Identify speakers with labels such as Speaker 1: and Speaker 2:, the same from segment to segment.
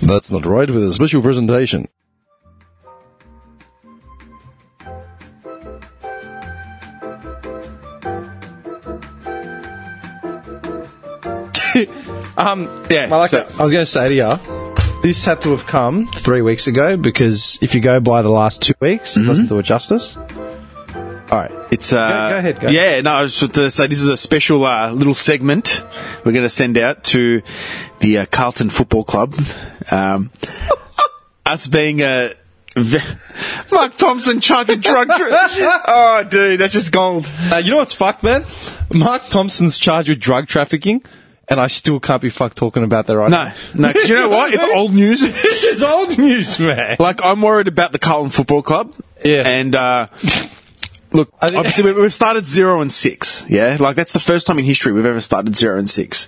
Speaker 1: That's not right with a special presentation.
Speaker 2: Um, yeah.
Speaker 3: Malika,
Speaker 2: so-
Speaker 3: I was going to say to you, this had to have come three weeks ago because if you go by the last two weeks, it
Speaker 1: Mm-hmm.
Speaker 3: doesn't do it justice. All right.
Speaker 2: It's uh,
Speaker 3: go ahead, go.
Speaker 2: yeah. No, I was just to say this is a special uh, little segment we're going to send out to the uh, Carlton Football Club. Um, us being a ve- Mark Thompson charging drug. Tra- oh, dude, that's just gold.
Speaker 1: Uh, you know what's fucked, man? Mark Thompson's charged with drug trafficking, and I still can't be fucked talking about that right
Speaker 2: No, no. 'cause You know what? It's old news.
Speaker 1: This is old news, man.
Speaker 2: Like I'm worried about the Carlton Football Club.
Speaker 1: Yeah.
Speaker 2: And uh, look,
Speaker 1: I think-
Speaker 2: obviously we- we've started zero and six. Yeah, like that's the first time in history we've ever started zero and six.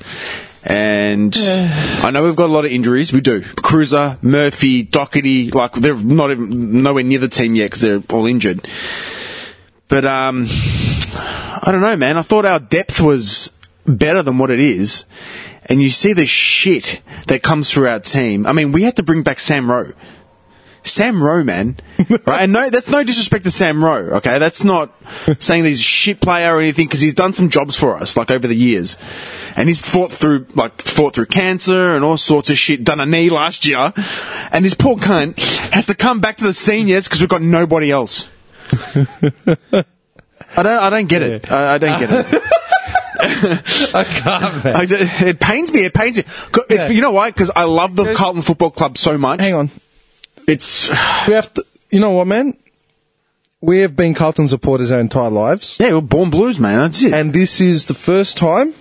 Speaker 2: And I know we've got a lot of injuries. We do. Cruiser, Murphy, Doherty, like they're not even nowhere near the team yet because they're all injured. But um, I don't know, man. I thought our depth was better than what it is. And you see the shit that comes through our team. I mean, we had to bring back Sam Rowe. Sam Rowe, man. right? And no, that's no disrespect to Sam Rowe, okay? That's not saying that he's a shit player or anything because he's done some jobs for us, like over the years. And he's fought through, like, fought through cancer and all sorts of shit, done a knee last year. And this poor cunt has to come back to the seniors because we've got nobody else. I don't, I don't get it. I, I don't get it.
Speaker 1: I can't, man.
Speaker 2: I ju- it pains me. It pains me. 'Cause It's,
Speaker 1: Yeah.
Speaker 2: You know why? Because I love the
Speaker 1: Goes-
Speaker 2: Carlton Football Club so much.
Speaker 3: Hang on.
Speaker 2: It's
Speaker 3: We have to, you know what, man? We have been Carlton supporters our entire lives.
Speaker 2: yeah, we're born blues, man. That's it.
Speaker 3: And this is the first time,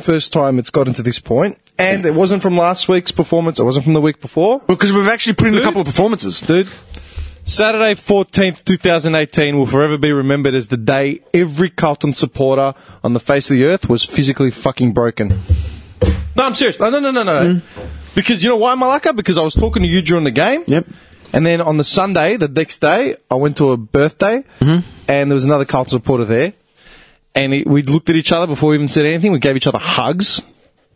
Speaker 3: first time it's gotten to this point. And it wasn't from last week's performance. It wasn't from the week before.
Speaker 2: Because we've actually put in a couple of performances.
Speaker 1: Dude, Saturday, 14th, 2018 will forever be remembered as the day every Carlton supporter on the face of the earth was physically fucking broken. No, I'm serious. No, no, no, no, no. Because you know why, Malaka? Because I was talking to you during the game.
Speaker 2: Yep.
Speaker 1: And then on the Sunday, the next day, I went to a birthday,
Speaker 2: Mm-hmm.
Speaker 1: and there was another Carlton supporter there. And he, we looked at each other before we even said anything. We gave each other hugs,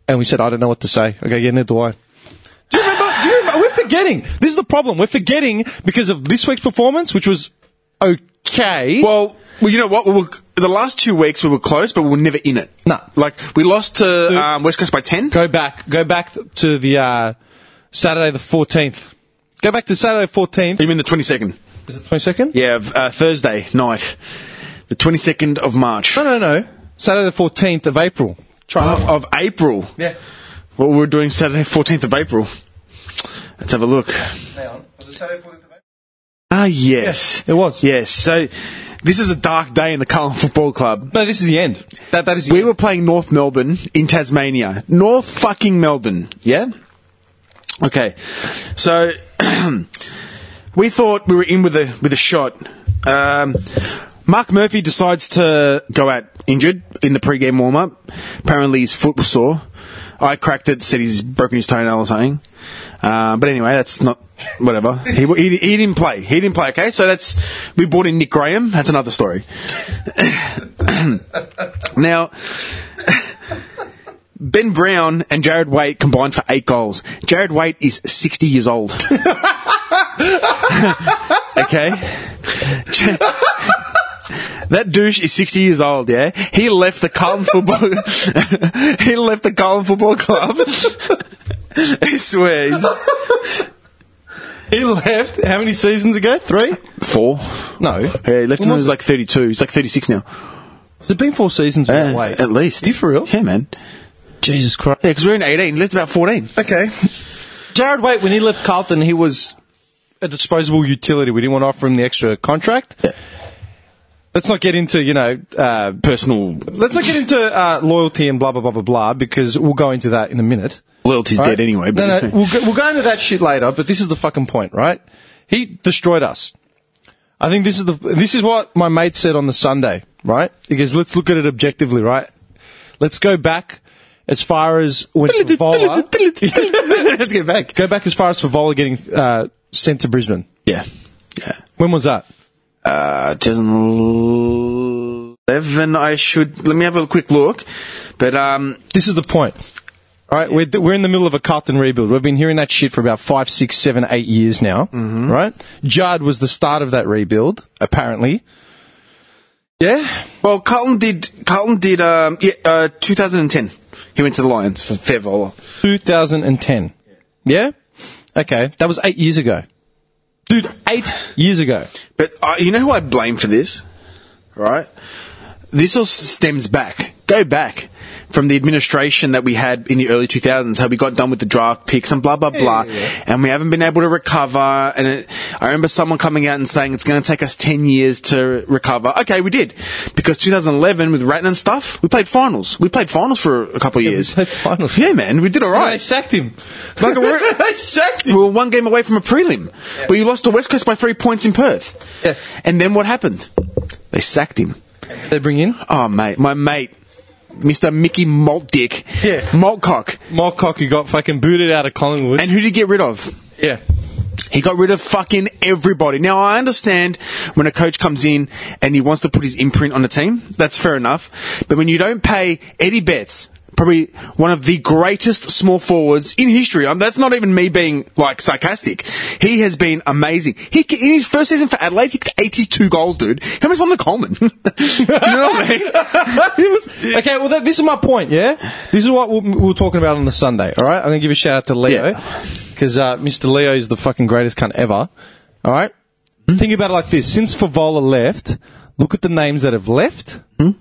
Speaker 1: and we said, "I don't know what to say." Okay, yeah, neither do I. Do you remember? Do you remember? We're forgetting. This is the problem. We're forgetting because of this week's performance, which was okay.
Speaker 2: Well, well, you know what? We were, the last two weeks we were close, but we were never in it.
Speaker 1: Nah.
Speaker 2: Like, we lost to um, West Coast by 10.
Speaker 1: go back. Go back to the uh, Saturday the fourteenth. Go back to Saturday fourteenth.
Speaker 2: You mean the 22nd?
Speaker 1: Is it twenty second?
Speaker 2: Yeah, of, uh, Thursday night. The 22nd of March.
Speaker 1: No, no, no. Saturday the fourteenth of April. Try.
Speaker 2: Of, of April.
Speaker 1: Yeah.
Speaker 2: What we were doing Saturday, 14th of April. Let's have a look. Ah, yes.
Speaker 1: It was.
Speaker 2: Yes. So, this is a dark day in the Carlton Football Club.
Speaker 1: No, this is the end. That that is the
Speaker 2: We
Speaker 1: end.
Speaker 2: were playing North Melbourne in Tasmania. North fucking Melbourne, yeah? Okay. So we thought we were in with a with a shot. Um, Mark Murphy decides to go out injured in the pre-game warm-up. Apparently his foot was sore. I cracked it, said he's broken his toenail or something. Uh, but anyway, that's not whatever. He, he he didn't play. He didn't play. Okay, so that's we brought in Nick Graham. That's another story. Now, Ben Brown and Jared Waite combined for eight goals. Jared Waite is 60 years old. okay? Ja- That douche is 60 years old, yeah? He left the Carlton football... he left the Carlton football club. I swear, he's...
Speaker 1: He left how many seasons ago? Three?
Speaker 2: Four?
Speaker 1: No.
Speaker 2: Yeah, he left
Speaker 1: When
Speaker 2: when he was
Speaker 1: was it?
Speaker 2: like 32. He's like 36 now.
Speaker 1: Has it been four seasons?
Speaker 2: Uh,
Speaker 1: Wait.
Speaker 2: At least.
Speaker 1: Are you for real?
Speaker 2: Yeah, man.
Speaker 3: Jesus Christ.
Speaker 2: Yeah, because we're in 18. He left about 14.
Speaker 3: Okay.
Speaker 1: Jared Waite, when he left Carlton, he was a disposable utility. We didn't want to offer him the extra contract. Let's not get into, you know, uh,
Speaker 2: Personal
Speaker 1: let's not get into uh, loyalty and blah, blah, blah, blah, blah, because we'll go into that in a minute.
Speaker 2: Loyalty's
Speaker 1: All
Speaker 2: dead
Speaker 1: right?
Speaker 2: anyway. But
Speaker 1: No, no, we'll go, we'll go into that shit later. But this is the fucking point, right? He destroyed us. I think this is the this is what my mate said on the Sunday, right? He goes, "Let's look at it objectively, right? Let's go back as far as when Favola,
Speaker 2: Let's get back.
Speaker 1: go back as far as Favola getting uh, sent to Brisbane.
Speaker 2: Yeah. Yeah.
Speaker 1: When was that?
Speaker 2: Uh, 2011, I should. Let me have a quick look. But, um,
Speaker 1: This is the point. All right, we're, we're in the middle of a Carlton rebuild. We've been hearing that shit for about five, six, seven, eight years now. Right? Judd was the start of that rebuild, apparently. Yeah?
Speaker 2: Well, Carlton did. Carlton did. Um, yeah, uh, 2010. He went to the Lions for fair valor.
Speaker 1: 2010. Yeah? Okay, that was eight years ago. Dude, eight years ago.
Speaker 2: But uh, you know who I blame for this, right? This all stems back. Go back from the administration that we had in the early 2000s, how we got done with the draft picks and blah blah blah, and we haven't been able to recover. And it, I remember someone coming out and saying it's going to take us 10 years to recover. Okay, we did because 2011 with Ratton and stuff, we played finals. We played finals for a couple of years.
Speaker 1: played finals.
Speaker 2: Yeah, man, we did all
Speaker 1: They
Speaker 2: right.
Speaker 1: sacked him.
Speaker 2: Like, we're-
Speaker 1: they sacked
Speaker 2: We were one game away from a prelim, but you lost to West Coast by three points in Perth.
Speaker 1: Yeah.
Speaker 2: And then what happened? They sacked him.
Speaker 1: They bring in
Speaker 2: Oh, mate, my mate, Mr. Mickey Maltdick,
Speaker 1: Yeah.
Speaker 2: Maltcock.
Speaker 1: Mark Cock, who got fucking booted out of Collingwood.
Speaker 2: And who did he get rid of?
Speaker 1: yeah.
Speaker 2: He got rid of fucking everybody. Now I understand when a coach comes in and he wants to put his imprint on the team, that's fair enough. But when you don't pay Eddie Betts, probably one of the greatest small forwards in history, um, that's not even me being like sarcastic. He has been amazing. He in his first season for Adelaide, he kicked 82 goals, dude. How much won the Coleman? Do you know what I mean?
Speaker 1: It was- okay, well, that, this is my point, yeah? This is what we we were talking about on the Sunday, all right? I'm going to give a shout out to Leo, because uh, Mr. Leo is the fucking greatest cunt ever, all right? Think about it like this since Favola left, look at the names that have left.
Speaker 2: Hmm?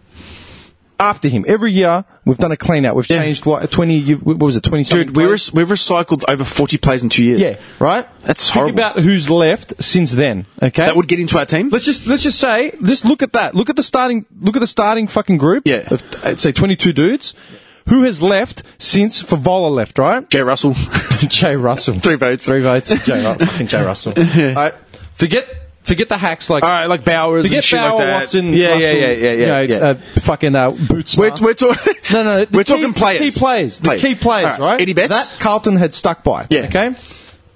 Speaker 1: After him, every year we've done a clean out. We've changed what twenty. you- What was it? Twenty.
Speaker 2: Dude, we re- we've recycled over 40 plays in two years.
Speaker 1: yeah, right.
Speaker 2: That's
Speaker 1: Think
Speaker 2: horrible.
Speaker 1: about who's left since then. Okay,
Speaker 2: That would get into our team.
Speaker 1: Let's just let's just say let's look at that. Look at the starting look at the starting fucking group.
Speaker 2: Yeah.
Speaker 1: Of, I'd say twenty two dudes. Who has left since Favola left, right?
Speaker 2: Jay Russell.
Speaker 1: Jay Russell.
Speaker 2: Three votes.
Speaker 1: Three votes. Jay Russell. fucking Jay Russell. All right. Forget forget the hacks like
Speaker 2: All right, like Bowers
Speaker 1: forget
Speaker 2: and shit
Speaker 1: Bauer,
Speaker 2: like that.
Speaker 1: Watson,
Speaker 2: yeah,
Speaker 1: Russell,
Speaker 2: yeah, yeah, yeah, yeah,
Speaker 1: you know,
Speaker 2: yeah.
Speaker 1: Uh, fucking uh, boots.
Speaker 2: we're we're, talking.
Speaker 1: No, no, the
Speaker 2: we're
Speaker 1: key-
Speaker 2: talking
Speaker 1: the
Speaker 2: players.
Speaker 1: Key players. The key players,
Speaker 2: All
Speaker 1: right?
Speaker 2: Eddie Betts.
Speaker 1: That Carlton had stuck by.
Speaker 2: Yeah.
Speaker 1: Okay?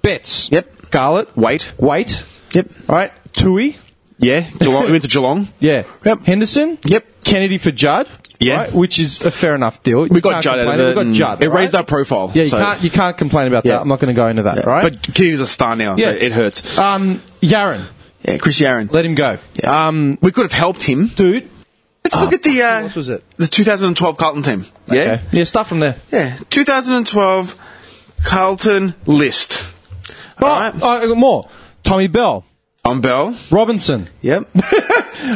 Speaker 1: Betts.
Speaker 2: Yep.
Speaker 1: Garlett.
Speaker 2: Wait.
Speaker 1: Wait.
Speaker 2: Yep.
Speaker 1: All right. Tui.
Speaker 2: Yeah, Geelong. we went to Geelong.
Speaker 1: Yeah.
Speaker 2: Yep.
Speaker 1: Henderson.
Speaker 2: Yep.
Speaker 1: Kennedy for Judd.
Speaker 2: Yeah.
Speaker 1: right, which is a fair enough deal.
Speaker 2: We got Judd out of it.
Speaker 1: We got
Speaker 2: and
Speaker 1: Judd.
Speaker 2: It raised
Speaker 1: right?
Speaker 2: our profile.
Speaker 1: Yeah, you
Speaker 2: so-
Speaker 1: can't you can't complain about
Speaker 2: Yeah.
Speaker 1: that. I'm not going to go into that. Right.
Speaker 2: But Kenny's a star now, so it hurts.
Speaker 1: Um, Yaron,
Speaker 2: yeah, Chris Yaron.
Speaker 1: let him go.
Speaker 2: Yeah.
Speaker 1: Um,
Speaker 2: we could have helped him.
Speaker 1: dude.
Speaker 2: Let's look at the uh,
Speaker 1: else was it?
Speaker 2: the 2012 Carlton team. Yeah,
Speaker 1: Okay. Yeah, start from there.
Speaker 2: yeah. 2012 Carlton list. All right.
Speaker 1: Oh, I got more. Tommy Bell,
Speaker 2: On Bell.
Speaker 1: Robinson,
Speaker 2: Yep.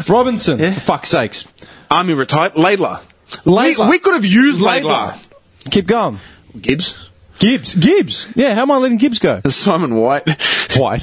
Speaker 1: Robinson. For fuck's sakes.
Speaker 2: Army retired. Laidler.
Speaker 1: Laidler.
Speaker 2: We, we could have used
Speaker 1: Laidler.
Speaker 2: Laidler.
Speaker 1: Keep going.
Speaker 2: Gibbs.
Speaker 1: Gibbs, Gibbs. Yeah, how am I letting Gibbs go?
Speaker 2: Simon White.
Speaker 1: White,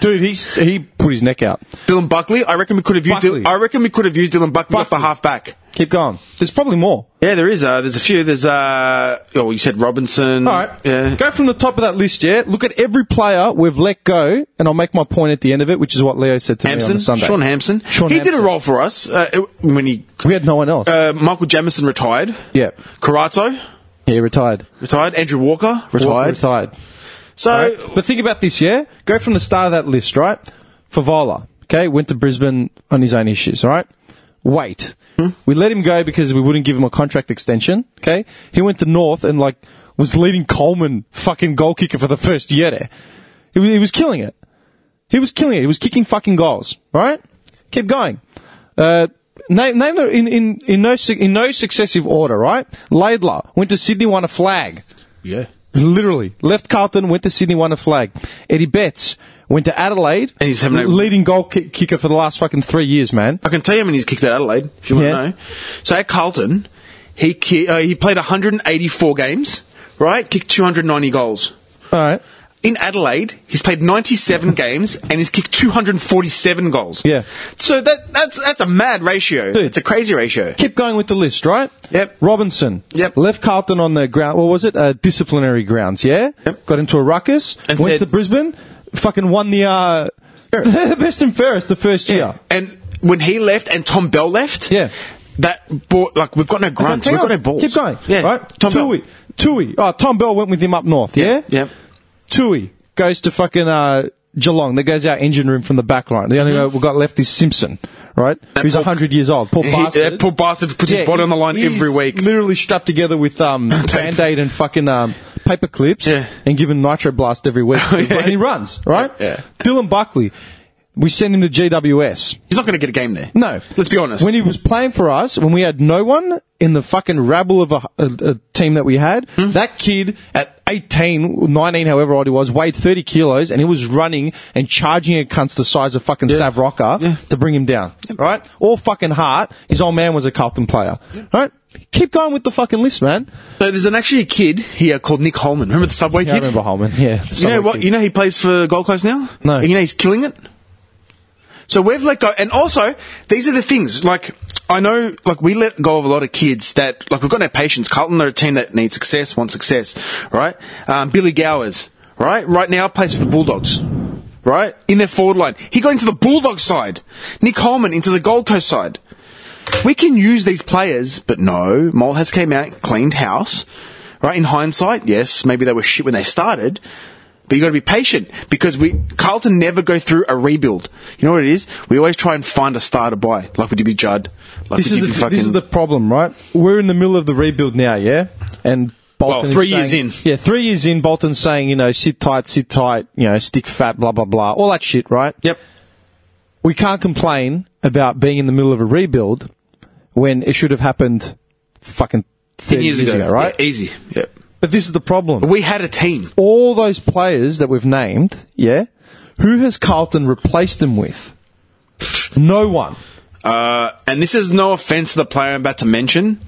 Speaker 1: dude. He he put his neck out.
Speaker 2: Dylan Buckley. I reckon we could have used.
Speaker 1: Buckley.
Speaker 2: Dylan, I reckon we could have used Dylan Buckley, off the
Speaker 1: Buckley.
Speaker 2: half back.
Speaker 1: Keep going. There's probably more.
Speaker 2: Yeah, there is. Uh, there's a few. There's uh, oh, you said Robinson.
Speaker 1: All right.
Speaker 2: Yeah.
Speaker 1: Go from the top of that list, yeah? Look at every player we've let go, and I'll make my point at the end of it, which is what Leo said to me on
Speaker 2: Hampson.
Speaker 1: the Sunday.
Speaker 2: Sean Hampson.
Speaker 1: Sean
Speaker 2: he did a
Speaker 1: Hampson.
Speaker 2: role for us uh, it- when he.
Speaker 1: We had no one else.
Speaker 2: Uh, Michael Jamison retired.
Speaker 1: yeah.
Speaker 2: Carato
Speaker 1: Yeah, retired.
Speaker 2: retired. Andrew Walker retired. Uh,
Speaker 1: Retired.
Speaker 2: So
Speaker 1: All right? But think about this, yeah? Go from the start of that list, right? Favola, okay? Went to Brisbane on his own issues, all right? Wait.
Speaker 2: Hmm?
Speaker 1: We let him go because we wouldn't give him a contract extension, okay? He went to North and, like, was leading Coleman fucking goal kicker for the first year there. He was, he was killing it. He was killing it. He was kicking fucking goals, all right? Keep going. Uh, name, name the, in, in, in, no, su- in no successive order, right? Laidler went to Sydney, won a flag.
Speaker 2: yeah.
Speaker 1: Literally. Left Carlton, went to Sydney, won a flag. Eddie Betts went to Adelaide.
Speaker 2: And he's having a-
Speaker 1: leading goal kick- kicker for the last fucking three years, man.
Speaker 2: I can tell you when he's kicked at Adelaide. If you want
Speaker 1: Yeah.
Speaker 2: to know. So at Carlton, he ki- uh, he played 184 games. Right, kicked 290 goals.
Speaker 1: All right.
Speaker 2: in Adelaide, he's played 97 games and he's kicked 247 goals.
Speaker 1: Yeah.
Speaker 2: So that that's that's a mad ratio.
Speaker 1: Dude.
Speaker 2: It's a crazy ratio.
Speaker 1: Keep going with the list, right?
Speaker 2: Yep.
Speaker 1: Robinson.
Speaker 2: Yep.
Speaker 1: Left Carlton on the ground. What was it? Uh, disciplinary grounds, yeah?
Speaker 2: Yep.
Speaker 1: Got into a ruckus.
Speaker 2: And
Speaker 1: went
Speaker 2: said-
Speaker 1: to Brisbane. Fucking won the uh, best and fairest the first year.
Speaker 2: And when he left and Tom Bell left,
Speaker 1: Yeah.
Speaker 2: that bought like we've got no grunts,
Speaker 1: Hang
Speaker 2: we've got
Speaker 1: on.
Speaker 2: no balls.
Speaker 1: Keep going.
Speaker 2: Yeah.
Speaker 1: Right?
Speaker 2: Tom
Speaker 1: Tui.
Speaker 2: Bell.
Speaker 1: Tui. Oh, Tom Bell went with him up north, yeah?
Speaker 2: Yep.
Speaker 1: Tui goes to fucking uh, Geelong. That goes our engine room from the back line. The only guy we've got left is Simpson, right?
Speaker 2: Mm-hmm.
Speaker 1: Who's
Speaker 2: poor-
Speaker 1: 100 years old. Poor
Speaker 2: He,
Speaker 1: bastard.
Speaker 2: that poor bastard puts
Speaker 1: Yeah,
Speaker 2: his body on the
Speaker 1: he's-
Speaker 2: line
Speaker 1: he's
Speaker 2: every week.
Speaker 1: Literally strapped together with um, band aid and fucking um, paper clips
Speaker 2: Yeah.
Speaker 1: and given nitro blast every week. And he runs, right?
Speaker 2: Yeah.
Speaker 1: Dylan Buckley, we send him to GWS.
Speaker 2: He's not going to get a game there.
Speaker 1: No.
Speaker 2: Let's be honest.
Speaker 1: When he was playing for us, when we had no one in the fucking rabble of a, a, a team that we had,
Speaker 2: Hmm?
Speaker 1: that kid at 18, 19, however old he was, weighed 30 kilos and he was running and charging at cunts the size of fucking Sav Rocker to bring him down. Right? All fucking heart. His old man was a Carlton player. Right? Keep going with the fucking list, man.
Speaker 2: so there's an actually a kid here called Nick Holman. Remember the Subway
Speaker 1: Yeah, I
Speaker 2: kid?
Speaker 1: remember Holman. Yeah. the
Speaker 2: You know
Speaker 1: Subway
Speaker 2: what?
Speaker 1: kid.
Speaker 2: You know he plays for Gold Coast now.
Speaker 1: No.
Speaker 2: And you know he's killing it. So we've let go, and also these are the things. Like I know, like we let go of a lot of kids that, like we've got no patience. Carlton are a team that needs success, wants success, right? Um, Billy Gowers, right? Right now plays for the Bulldogs, right? In their forward line, he got into the Bulldog side. Nick Holman into the Gold Coast side. We can use these players, but no. Mole has came out, cleaned house. Right? In hindsight, yes, maybe they were shit when they started. But you got to be patient because we Carlton never go through a rebuild. You know what it is? We always try and find a star to buy, like we did with Judd. Like
Speaker 1: this
Speaker 2: we did
Speaker 1: is, the,
Speaker 2: with fucking,
Speaker 1: this is the problem, right? We're in the middle of the rebuild now, yeah? And Bolton
Speaker 2: Well,
Speaker 1: is
Speaker 2: three years
Speaker 1: saying-
Speaker 2: in.
Speaker 1: Yeah, three years in, Bolton's saying, you know, sit tight, sit tight, you know, stick fat, blah, blah, blah. All that shit, right?
Speaker 2: Yep.
Speaker 1: We can't complain about being in the middle of a rebuild when it should have happened fucking 30 years, ago, right?
Speaker 2: Yeah, easy. Yep.
Speaker 1: But this is the problem
Speaker 2: We had a team.
Speaker 1: all those players that we've named, yeah, who has Carlton replaced them with? No one.
Speaker 2: Uh, and this is no offense to the player I'm about to mention,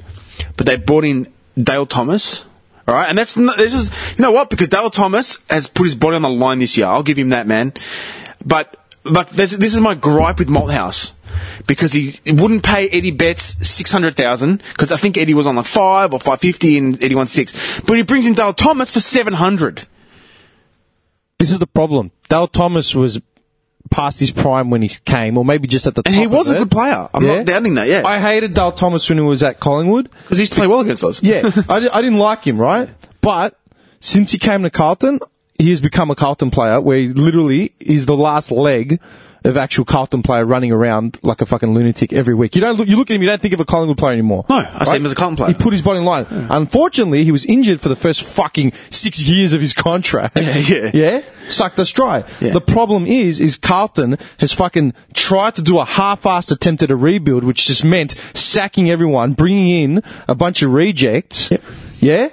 Speaker 2: but they brought in Dale Thomas. All right, and that's not, this is you know what because Dale Thomas has put his body on the line this year. I'll give him that, man. But like this, this is my gripe with Malthouse because he wouldn't pay Eddie Betts six hundred thousand because I think Eddie was on like five or five fifty and Eddie won six, but he brings in Dale Thomas for seven hundred.
Speaker 1: This is the problem. Dale Thomas was past his prime when he came, or maybe just at the
Speaker 2: And
Speaker 1: top
Speaker 2: he was
Speaker 1: of
Speaker 2: a
Speaker 1: it.
Speaker 2: good player. I'm
Speaker 1: Yeah.
Speaker 2: not doubting that. Yeah,
Speaker 1: I hated Dale Thomas when he was at Collingwood.
Speaker 2: because he used to play well against us.
Speaker 1: Yeah, I, di- I didn't like him, right? But since he came to Carlton, he has become a Carlton player where he literally is the last leg of actual Carlton player running around like a fucking lunatic every week. You don't look, you look at him, you don't think of a Collingwood player anymore.
Speaker 2: No, I see him as a Carlton player.
Speaker 1: He put his body in line. Unfortunately, he was injured for the first fucking six years of his contract. Yeah,
Speaker 2: yeah.
Speaker 1: Sucked us dry.
Speaker 2: Yeah.
Speaker 1: The problem is, is Carlton has fucking tried to do a half-assed attempt at a rebuild, which just meant sacking everyone, bringing in a bunch of rejects. Yeah.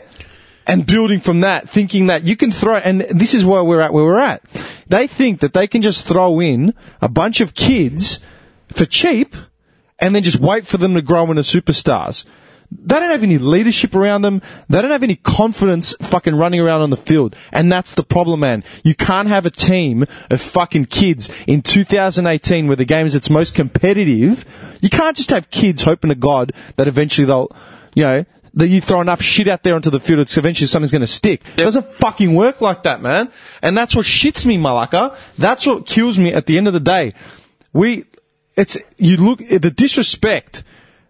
Speaker 1: And building from that, thinking that you can throw, and this is where we're at where we're at. They think that they can just throw in a bunch of kids for cheap and then just wait for them to grow into superstars. They don't have any leadership around them. They don't have any confidence fucking running around on the field. And that's the problem, man. You can't have a team of fucking kids in 2018 where the game is its most competitive. You can't just have kids hoping to God that eventually they'll, you know, that you throw enough shit out there onto the field, it's eventually something's going to stick. It doesn't fucking work like that, man. And that's what shits me, Malaka. That's what kills me at the end of the day. We, it's, you look at the disrespect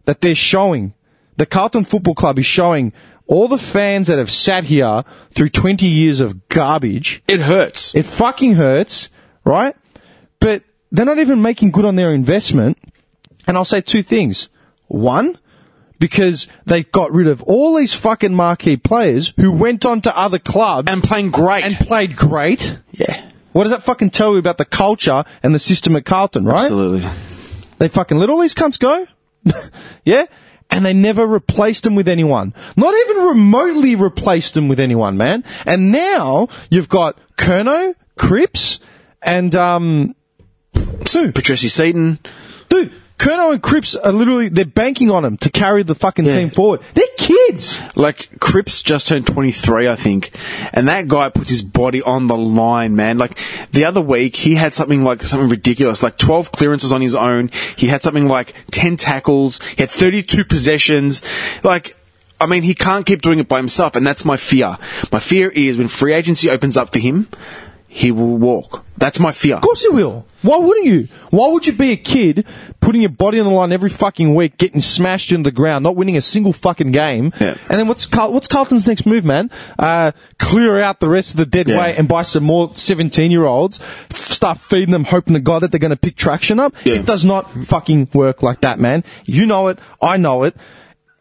Speaker 1: that they're showing. The Carlton Football Club is showing all the fans that have sat here through 20 years of garbage.
Speaker 2: It hurts.
Speaker 1: It fucking hurts, right? But they're not even making good on their investment. And I'll say two things. One, because they got rid of all these fucking marquee players who went on to other clubs
Speaker 2: and playing great.
Speaker 1: and played great.
Speaker 2: yeah,
Speaker 1: What does that fucking tell you about the culture and the system at Carlton, right?
Speaker 2: absolutely.
Speaker 1: They fucking let all these cunts go. yeah? And they never replaced them with anyone. Not even remotely replaced them with anyone, man. And now you've got Kerno, Cripps, and, um, who?
Speaker 2: Patricia Seaton.
Speaker 1: dude, Kerno and Cripps are literally, they're banking on them to carry the fucking
Speaker 2: Yeah.
Speaker 1: team forward. They're kids.
Speaker 2: Like, Cripps just turned 23, I think. And that guy puts his body on the line, man. Like, the other week, he had something like, something ridiculous. Like, 12 clearances on his own. He had something like 10 tackles. He had 32 possessions. Like, I mean, he can't keep doing it by himself. And that's my fear. My fear is when free agency opens up for him, he will walk. That's my fear.
Speaker 1: Of course you will. Why wouldn't you? Why would you be a kid putting your body on the line every fucking week, getting smashed into the ground, not winning a single fucking game?
Speaker 2: Yeah.
Speaker 1: And then what's Carl- what's Carlton's next move, man? Uh, clear out the rest of the dead
Speaker 2: Yeah.
Speaker 1: weight and buy some more seventeen-year-olds. F- start feeding them, hoping to God that they're going to pick traction up.
Speaker 2: Yeah.
Speaker 1: It does not fucking work like that, man. You know it. I know it.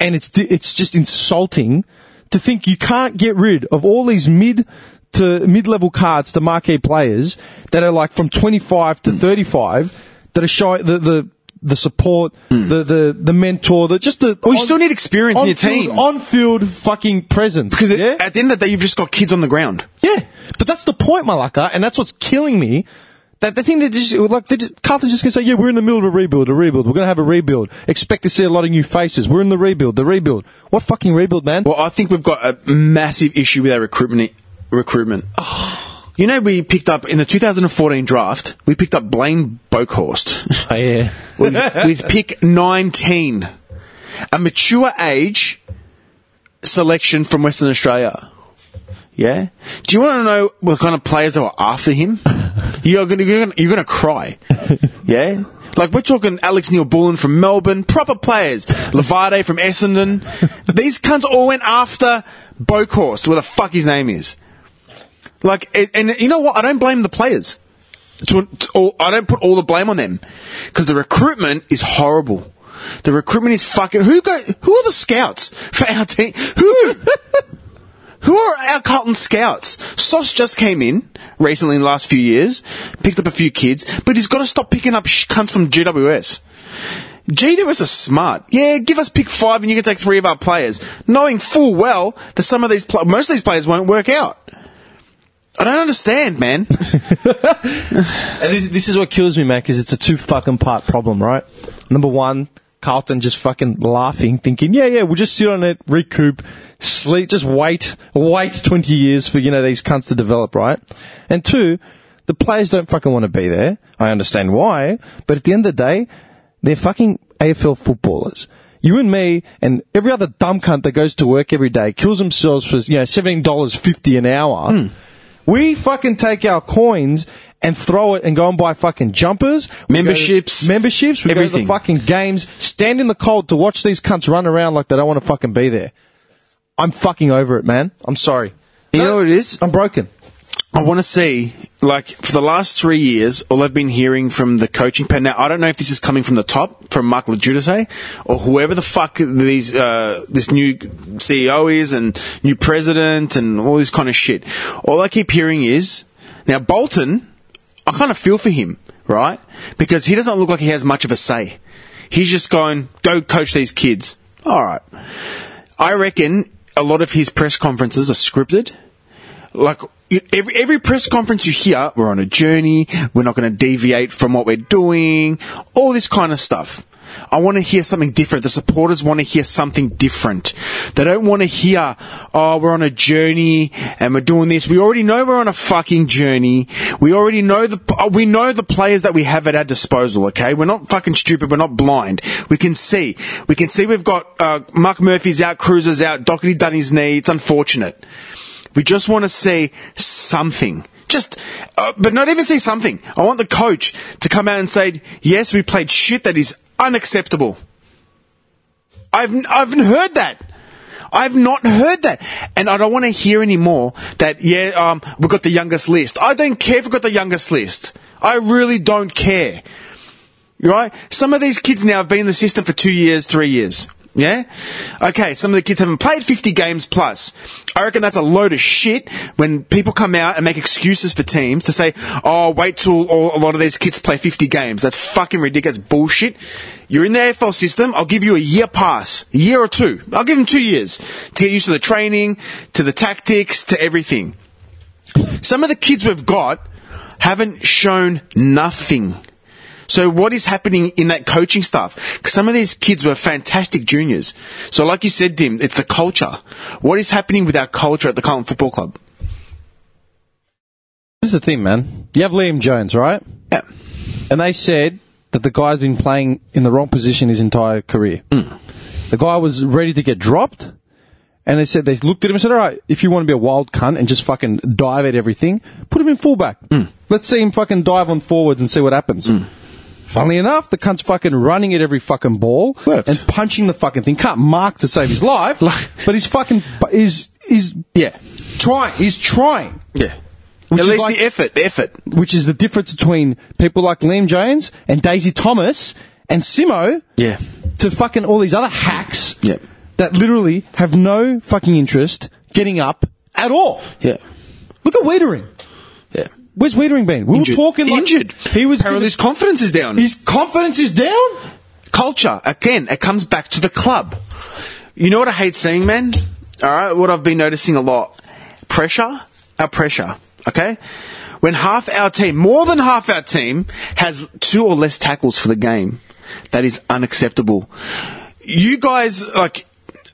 Speaker 1: And it's di- it's just insulting to think you can't get rid of all these mid to mid-level cards to marquee players that are like from 25 to 35 that are showing the the the support, the, the the mentor, the just the.
Speaker 2: Hmm. Well, you still need experience in your
Speaker 1: on-field-
Speaker 2: team.
Speaker 1: on-field fucking presence.
Speaker 2: Because it-
Speaker 1: yeah?
Speaker 2: at the end of the day, you've just got kids on the ground.
Speaker 1: Yeah, but that's the point, Malaka, and that's what's killing me. That the thing that just like they just, Carthage just gonna say, yeah, we're in the middle of a rebuild, a rebuild. We're gonna have a rebuild. Expect to see a lot of new faces. We're in the rebuild, the rebuild. What fucking rebuild, man?
Speaker 2: Well, I think we've got a massive issue with our recruitment. Recruitment. You know, we picked up in the 2014 draft. We picked up Blaine Bokhorst
Speaker 1: yeah,
Speaker 2: with, with pick 19, a mature age selection from Western Australia. Yeah. Do you want to know what kind of players that were after him? You're gonna you're gonna, you're gonna cry. Yeah. Like we're talking Alex Neil Bullen from Melbourne, proper players. Levade from Essendon. These cunts all went after Bokhorst, where the fuck his name is. Like, and, and you know what? I don't blame the players. To, to, all, I don't put all the blame on them because the recruitment is horrible. The recruitment is fucking. Who go? Who are the scouts for our team? Who? Who are our Carlton scouts? Sauce just came in recently in the last few years, picked up a few kids, but he's got to stop picking up sh- cunts from GWS. GWS are smart. Yeah, give us pick five and you can take three of our players, knowing full well that some of these, pl- most of these players won't work out. I don't understand, man.
Speaker 1: and this, this is what kills me, man, because it's a two fucking part problem, right? Number one, Carlton just fucking laughing, thinking, yeah, yeah, we'll just sit on it, recoup, sleep, just wait, wait 20 years for, you know, these cunts to develop, right? And two, the players don't fucking want to be there. I understand why, but at the end of the day, they're fucking AFL footballers. You and me and every other dumb cunt that goes to work every day kills themselves for, you know, $17.50 an hour. We fucking take our coins and throw it and go and buy fucking jumpers, We go to-
Speaker 2: Memberships.
Speaker 1: memberships, we go to
Speaker 2: Everything.
Speaker 1: the fucking games, stand in the cold to watch these cunts run around like they don't want to fucking be there. I'm fucking over it, man. I'm sorry.
Speaker 2: You know what it is?
Speaker 1: I'm broken.
Speaker 2: I want to see, like, for the last three years, all I've been hearing from the coaching pad. Now, I don't know if this is coming from the top, from Mark Lejudice, or whoever the fuck these, uh, this new CEO is and new president and all this kind of shit. All I keep hearing is, now Bolton, I kind of feel for him, right? Because he doesn't look like he has much of a say. He's just going, go coach these kids. All right. I reckon a lot of his press conferences are scripted like you- every every press conference you hear, we're on a journey. We're not going to deviate from what we're doing. All this kind of stuff. I want to hear something different. The supporters want to hear something different. They don't want to hear, oh, we're on a journey and we're doing this. We already know we're on a fucking journey. We already know the, uh, we know the players that we have at our disposal, okay? We're not fucking stupid. We're not blind. We can see. We can see we've got, uh, Mark Murphy's out, Cruiser's out, Doherty done his knee. It's unfortunate. We just want to say something. Just, uh, but not even say something. I want the coach to come out and say, yes, we played shit that is unacceptable. I've, I've heard that. I've not heard that. And I don't want to hear anymore that, yeah, um, we've got the youngest list. I don't care if we've got the youngest list. I really don't care right? Some of these kids now have been in the system for two years, three years. Yeah? Okay, some of the kids haven't played 50 games plus. I reckon that's a load of shit when people come out and make excuses for teams to say, oh, wait till all, a lot of these kids play 50 games. That's fucking ridiculous. That's bullshit. You're in the AFL system. I'll give you a year pass, a year or two. I'll give them two years to get used to the training, to the tactics, to everything. Some of the kids we've got haven't shown nothing. So what is happening in that coaching staff? 'Cause some of these kids were fantastic juniors. So like you said, Dim, it's the culture. What is happening with our culture at the Carlton Football Club?
Speaker 1: This is the thing, man. You have Liam Jones, right?
Speaker 2: Yeah.
Speaker 1: And they said that the guy's been
Speaker 2: Hmm.
Speaker 1: playing in the wrong position his entire career. The guy was ready to get dropped, And they said they looked at him and said, "All right, if you want to be a wild cunt and just fucking dive at everything, put him in fullback.
Speaker 2: Hmm.
Speaker 1: Let's see him fucking dive on forwards and see what happens." Funnily enough, the cunt's fucking running at every fucking ball
Speaker 2: Worked.
Speaker 1: and punching the fucking thing. Can't mark to save his life, but he's fucking is is
Speaker 2: Yeah.
Speaker 1: trying. He's trying,
Speaker 2: Yeah.
Speaker 1: Which
Speaker 2: At
Speaker 1: is
Speaker 2: least
Speaker 1: like-
Speaker 2: the effort, the effort.
Speaker 1: which is the difference between people like Liam Jones and Daisy Thomas and Simo
Speaker 2: Yeah.
Speaker 1: to fucking all these other hacks
Speaker 2: Yep.
Speaker 1: that literally have no fucking interest getting up at all.
Speaker 2: Yeah.
Speaker 1: Look at Wiedering.
Speaker 2: Yeah.
Speaker 1: Where's Wiedering been? We were talking like-
Speaker 2: injured.
Speaker 1: He was
Speaker 2: Apparently his confidence is down.
Speaker 1: his confidence is down.
Speaker 2: culture again it comes back to the club you know what i hate seeing man all right what i've been noticing a lot pressure our pressure okay when half our team more than half our team has two or less tackles for the game that is unacceptable you guys like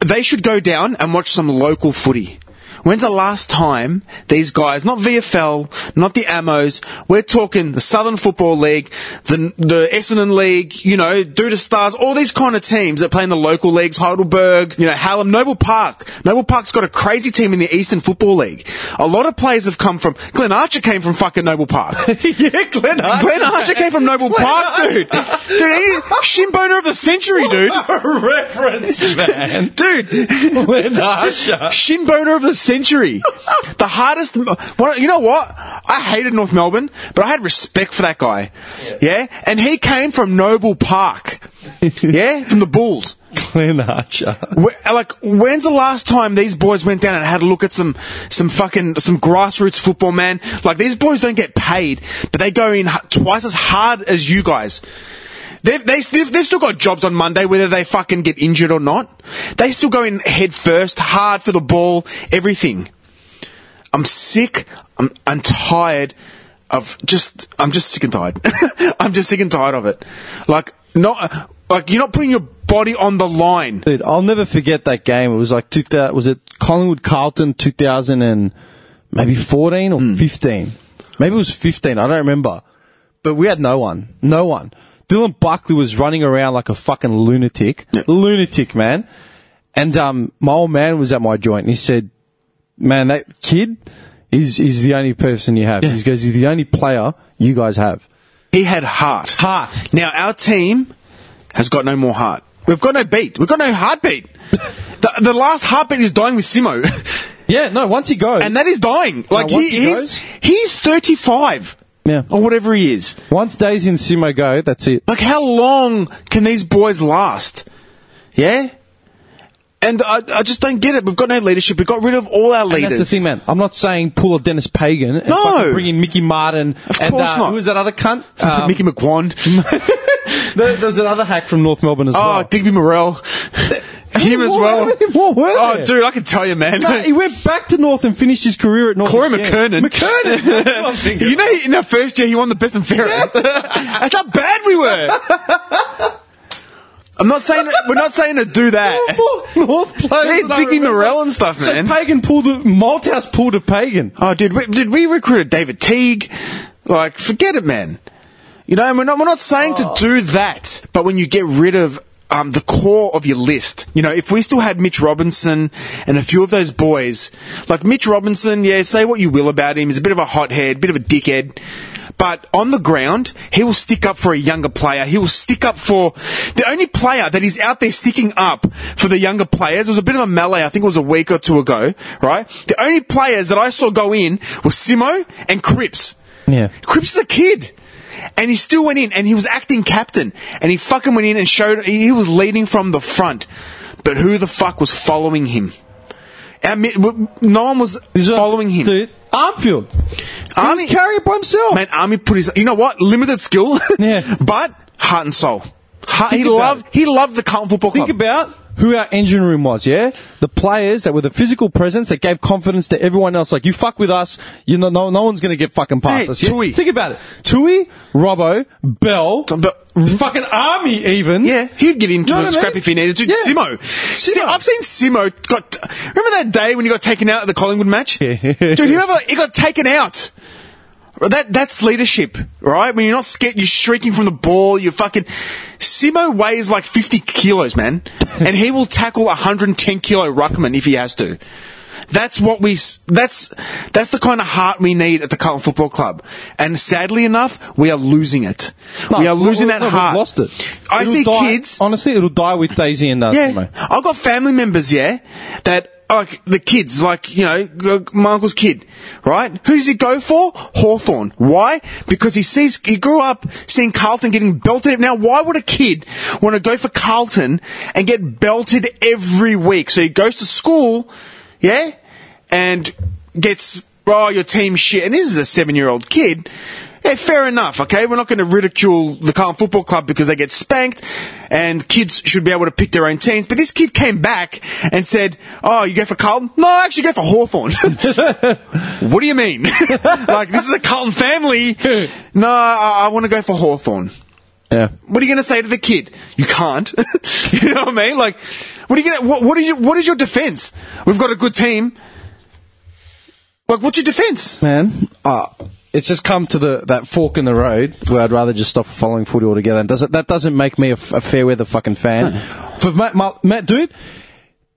Speaker 2: they should go down and watch some local footy When's the last time these guys, not VFL, not the Amos, we're talking the Southern Football League, the the Essendon League, you know, Duda Stars, all these kind of teams that play in the local leagues, Heidelberg, you know, Hallam, Noble Park. Noble Park's got a crazy team in the Eastern Football League. A lot of players have come from, Glenn Archer came from fucking Noble Park.
Speaker 1: yeah, Glenn Archer.
Speaker 2: Glenn Archer came from Noble Park, dude. Dude, he, shin boner of the century, dude.
Speaker 1: reference, man.
Speaker 2: Dude,
Speaker 1: Glenn Archer.
Speaker 2: Shin boner of the century. the hardest. Well, you know what? I hated North Melbourne, but I had respect for that guy. Yeah. And he came from Noble Park. yeah? From the Bulls.
Speaker 1: Glenn Archer.
Speaker 2: Wh- Like, when's the last time these boys went down and had a look at some, some fucking, some grassroots football, man? Like, these boys don't get paid, but they go in h- twice as hard as you guys. They've, they, they've, they've still got jobs on Monday, whether they fucking get injured or not. They still go in head first, hard for the ball, everything. I'm sick. I'm, I'm tired of just. I'm just sick and tired. I'm just sick and tired of it. Like not. Like you're not putting your body on the line.
Speaker 1: Dude, I'll never forget that game. It was like two thousand. Was it Collingwood Carlton two thousand and maybe fourteen or fifteen? Maybe it was fifteen. I don't remember. But we had no one. No one. Dylan Buckley was running around like a fucking lunatic. Lunatic man. And um, my old man was at my joint, and he said, "Man, that kid is is the only person you have." He goes, "He's the only player you guys have."
Speaker 2: He had heart.
Speaker 1: Heart.
Speaker 2: Now our team has got no more heart. We've got no beat. We've got no heartbeat. the, the last heartbeat is dying with Simo,
Speaker 1: Yeah. No. Once he goes,
Speaker 2: and that is dying. Like he,
Speaker 1: once he
Speaker 2: he's
Speaker 1: goes-
Speaker 2: he's 35
Speaker 1: yeah.
Speaker 2: or whatever he is.
Speaker 1: Once Daisy and Simo go, that's it.
Speaker 2: Like, how long can these boys last? Yeah? And I, I just don't get it. We've got no leadership. We got rid of all our
Speaker 1: And
Speaker 2: leaders.
Speaker 1: that's the thing, man. I'm not saying pull a Dennis Pagan and
Speaker 2: No.
Speaker 1: fucking bring in Mickey Martin.
Speaker 2: Of
Speaker 1: and,
Speaker 2: course
Speaker 1: uh,
Speaker 2: not.
Speaker 1: Who was that other cunt? Um,
Speaker 2: Mickey McQuan.
Speaker 1: there, there was another hack from North Melbourne as
Speaker 2: Oh,
Speaker 1: well.
Speaker 2: Digby Morrell. Him as
Speaker 1: What-
Speaker 2: well.
Speaker 1: how many more were
Speaker 2: Oh,
Speaker 1: there?
Speaker 2: dude, I can tell you, man.
Speaker 1: No, he went back to North and finished his career at North.
Speaker 2: Corey
Speaker 1: again.
Speaker 2: McKernan.
Speaker 1: McKernan. That's what I'm thinking.
Speaker 2: you know, in that first year, he won the best and fairest. That's how bad we were. I'm not saying we're not saying to do that.
Speaker 1: North players.
Speaker 2: Hey,
Speaker 1: that I
Speaker 2: Digby
Speaker 1: remember.
Speaker 2: Morrell and stuff,
Speaker 1: So
Speaker 2: man.
Speaker 1: Pagan pulled a Malthouse pulled a Pagan.
Speaker 2: Oh, dude, we, did we recruited David Teague? Like, forget it, man. You know, and we're not we're not saying to do that, but when you get rid of um, the core of your list, you know, if we still had Mitch Robinson and a few of those boys, like Mitch Robinson, yeah, say what you will about him, he's a bit of a hothead, bit of a dickhead. But on the ground, he will stick up for a younger player. He will stick up for the only player that is out there sticking up for the younger players. It was a bit of a melee. I think it was a week or two ago, right? The only players that I saw go in were Simo and Cripps.
Speaker 1: Yeah.
Speaker 2: Cripps is a kid. And he still went in and he was acting captain. And he fucking went in and showed he he was leading from the front. But who the fuck was following him? Our mid- w- no one was
Speaker 1: This is what-
Speaker 2: following him.
Speaker 1: Dude, Armfield.
Speaker 2: Army,
Speaker 1: Carry it by himself.
Speaker 2: man, Army put his, you know what? Limited skill.
Speaker 1: Yeah.
Speaker 2: But heart and soul. Heart, he
Speaker 1: Think about
Speaker 2: loved, he loved the Carlton Football
Speaker 1: Think
Speaker 2: Club.
Speaker 1: about who our engine room was, yeah? The players that were the physical presence that gave confidence to everyone else. Like, you fuck with us, you know, no, no one's going to get fucking past
Speaker 2: Hey,
Speaker 1: us. Yeah?
Speaker 2: Tui.
Speaker 1: Think about it. Tui, Robbo, Bell,
Speaker 2: But-
Speaker 1: fucking Army even.
Speaker 2: Yeah, he'd get into
Speaker 1: You know
Speaker 2: a
Speaker 1: what I
Speaker 2: scrap
Speaker 1: mean?
Speaker 2: if he needed to.
Speaker 1: Yeah.
Speaker 2: Simo. Si-
Speaker 1: Simo.
Speaker 2: I've seen Simo got. Remember that day when he got taken out at the Collingwood match? Dude, he, never, he got taken out. That that's leadership, right? When you're not scared, you're shrieking from the ball. You're fucking. Simo weighs like 50 kilos, man, and he will tackle a 110 kilo ruckman if he has to. That's what we. s- That's that's the kind of heart we need at the Carlton Football Club, and sadly enough, we are losing it. we are losing that
Speaker 1: no, we've
Speaker 2: heart.
Speaker 1: Lost it.
Speaker 2: I
Speaker 1: It'll
Speaker 2: see
Speaker 1: die-
Speaker 2: kids
Speaker 1: Honestly, it'll die with Daisy and uh,
Speaker 2: yeah,
Speaker 1: Simo.
Speaker 2: I've got family members, yeah, that like the kids, like you know, my uncle's kid, right? Who does he go for? Hawthorn. Why? Because he sees he grew up seeing Carlton getting belted. Now, why would a kid want to go for Carlton and get belted every week? So he goes to school, yeah, and gets oh your team shit. And this is a seven year old kid. Yeah, fair enough. Okay, we're not going to ridicule the Carlton Football Club because they get spanked, and kids should be able to pick their own teams. But this kid came back and said, "Oh, you go for Carlton? No, I actually go for Hawthorn." what do you mean? like this is a Carlton family? No, I, I want to go for Hawthorn
Speaker 1: Yeah.
Speaker 2: what are you going to say to the kid? You can't. you know what I mean? Like, what are you going to, what, what is your, what is your defense? We've got a good team. Like, what's your defense?
Speaker 1: man. Uh, it's just come to the that fork in the road where I'd rather just stop following footy altogether. And does it, that doesn't make me a, f- a fair weather fucking fan. For my, my, Matt, dude,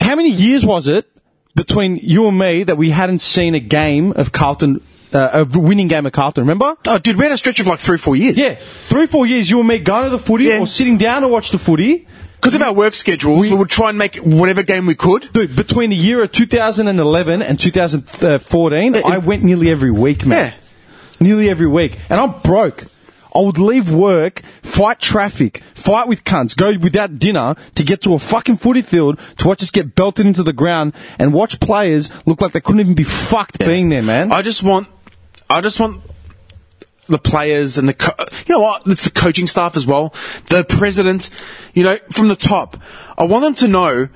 Speaker 1: how many years was it between you and me that we hadn't seen a game of Carlton, uh, a winning game of Carlton? Remember?
Speaker 2: Oh, dude, we had a stretch of like three, four years.
Speaker 1: Yeah, three, four years you and me going to the footy
Speaker 2: Yeah.
Speaker 1: or sitting down to watch the footy.
Speaker 2: Because of our work schedules, we, would try and make whatever game we could.
Speaker 1: Dude, between the year of 2011 and 2014, I went nearly every week, man.
Speaker 2: Yeah.
Speaker 1: Nearly every week. And I'm broke. I would leave work, fight traffic, fight with cunts, go without dinner to get to a fucking footy field to watch us get belted into the ground and watch players look like they couldn't even be fucked being there, man.
Speaker 2: I just want, I just want the players and the, co- you know what? It's the coaching staff as well. The president, you know, from the top. I want them to know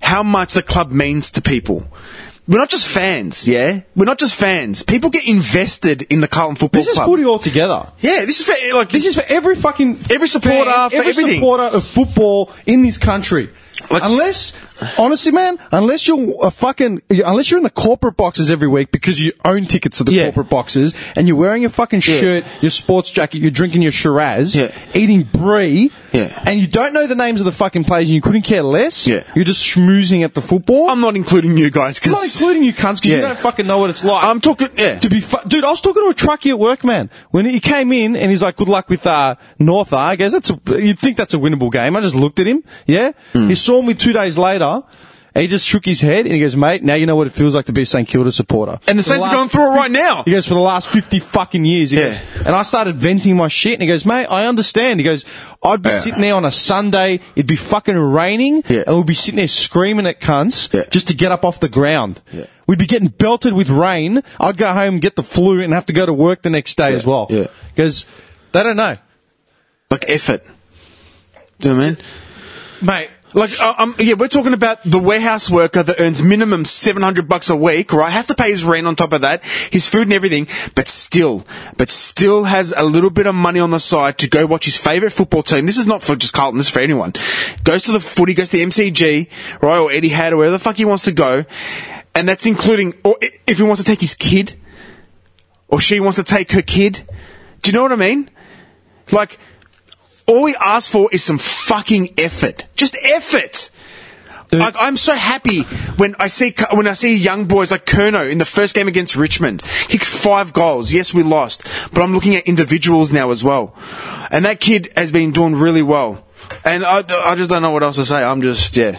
Speaker 2: how much the club means to people. We're not just fans, yeah? We're not just fans. People get invested in the Carlton Football
Speaker 1: this is
Speaker 2: Club.
Speaker 1: footy altogether.
Speaker 2: Yeah, this is fa- like
Speaker 1: This is for every fucking
Speaker 2: Every supporter,
Speaker 1: fan,
Speaker 2: for
Speaker 1: every
Speaker 2: everything.
Speaker 1: supporter of football in this country.
Speaker 2: Like-
Speaker 1: unless, honestly, man, unless you're a fucking, unless you're in the corporate boxes every week because you own tickets to the
Speaker 2: Yeah.
Speaker 1: corporate boxes and you're wearing your fucking shirt, your sports jacket, you're drinking your Shiraz,
Speaker 2: Yeah.
Speaker 1: eating brie,
Speaker 2: Yeah.
Speaker 1: and you don't know the names of the fucking players and you couldn't care less.
Speaker 2: Yeah.
Speaker 1: You're just schmoozing at the football.
Speaker 2: I'm not including you guys
Speaker 1: I'm not
Speaker 2: because
Speaker 1: including you cunts because you
Speaker 2: Yeah.
Speaker 1: don't fucking know what it's like.
Speaker 2: I'm talking. Yeah,
Speaker 1: To be fu- dude, I was talking to a truckie at work, man. When he came in and he's like, "Good luck with uh, North." uh." I guess that's a, you'd think that's a winnable game. I just looked at him. Yeah,
Speaker 2: Hmm.
Speaker 1: he saw me two days later. And he just shook his head and he goes, "Mate, now you know what it feels like to be a St Kilda supporter."
Speaker 2: and the
Speaker 1: For
Speaker 2: Saints are
Speaker 1: last-
Speaker 2: going through it right now.
Speaker 1: He goes, "For the last fifty fucking years." He
Speaker 2: Yeah.
Speaker 1: goes, and I started venting my shit. And he goes, "Mate, I understand." He goes, "I'd be
Speaker 2: Yeah.
Speaker 1: sitting there on a Sunday. It'd be fucking raining,
Speaker 2: Yeah.
Speaker 1: and we'd be sitting there screaming at cunts
Speaker 2: Yeah.
Speaker 1: just to get up off the ground."
Speaker 2: Yeah.
Speaker 1: We'd be getting belted with rain. I'd go home, get the flu, and have to go to work the next day as well.
Speaker 2: yeah.
Speaker 1: Because they don't know.
Speaker 2: Like effort. Do you know what I mean?
Speaker 1: Mate,
Speaker 2: Like, uh, um, yeah, we're talking about the warehouse worker that earns minimum 700 bucks a week, right? Has to pay his rent on top of that, his food and everything, but still, but still has a little bit of money on the side to go watch his favourite football team. This is not for just Carlton, this is for anyone. Goes to the footy, goes to the MCG, right, or Eddie Had, or wherever the fuck he wants to go. And that's including, or i- if he wants to take his kid, or she wants to take her kid. Do you know what I mean? Like, all we ask for is some fucking effort. Just effort. Like, I'm so happy when I see when I see young boys like Kerno in the first game against Richmond. Hicks five goals. Yes, we lost, but I'm looking at individuals now as well, and that kid has been doing really well. And I, I just don't know what else to say. I'm just yeah.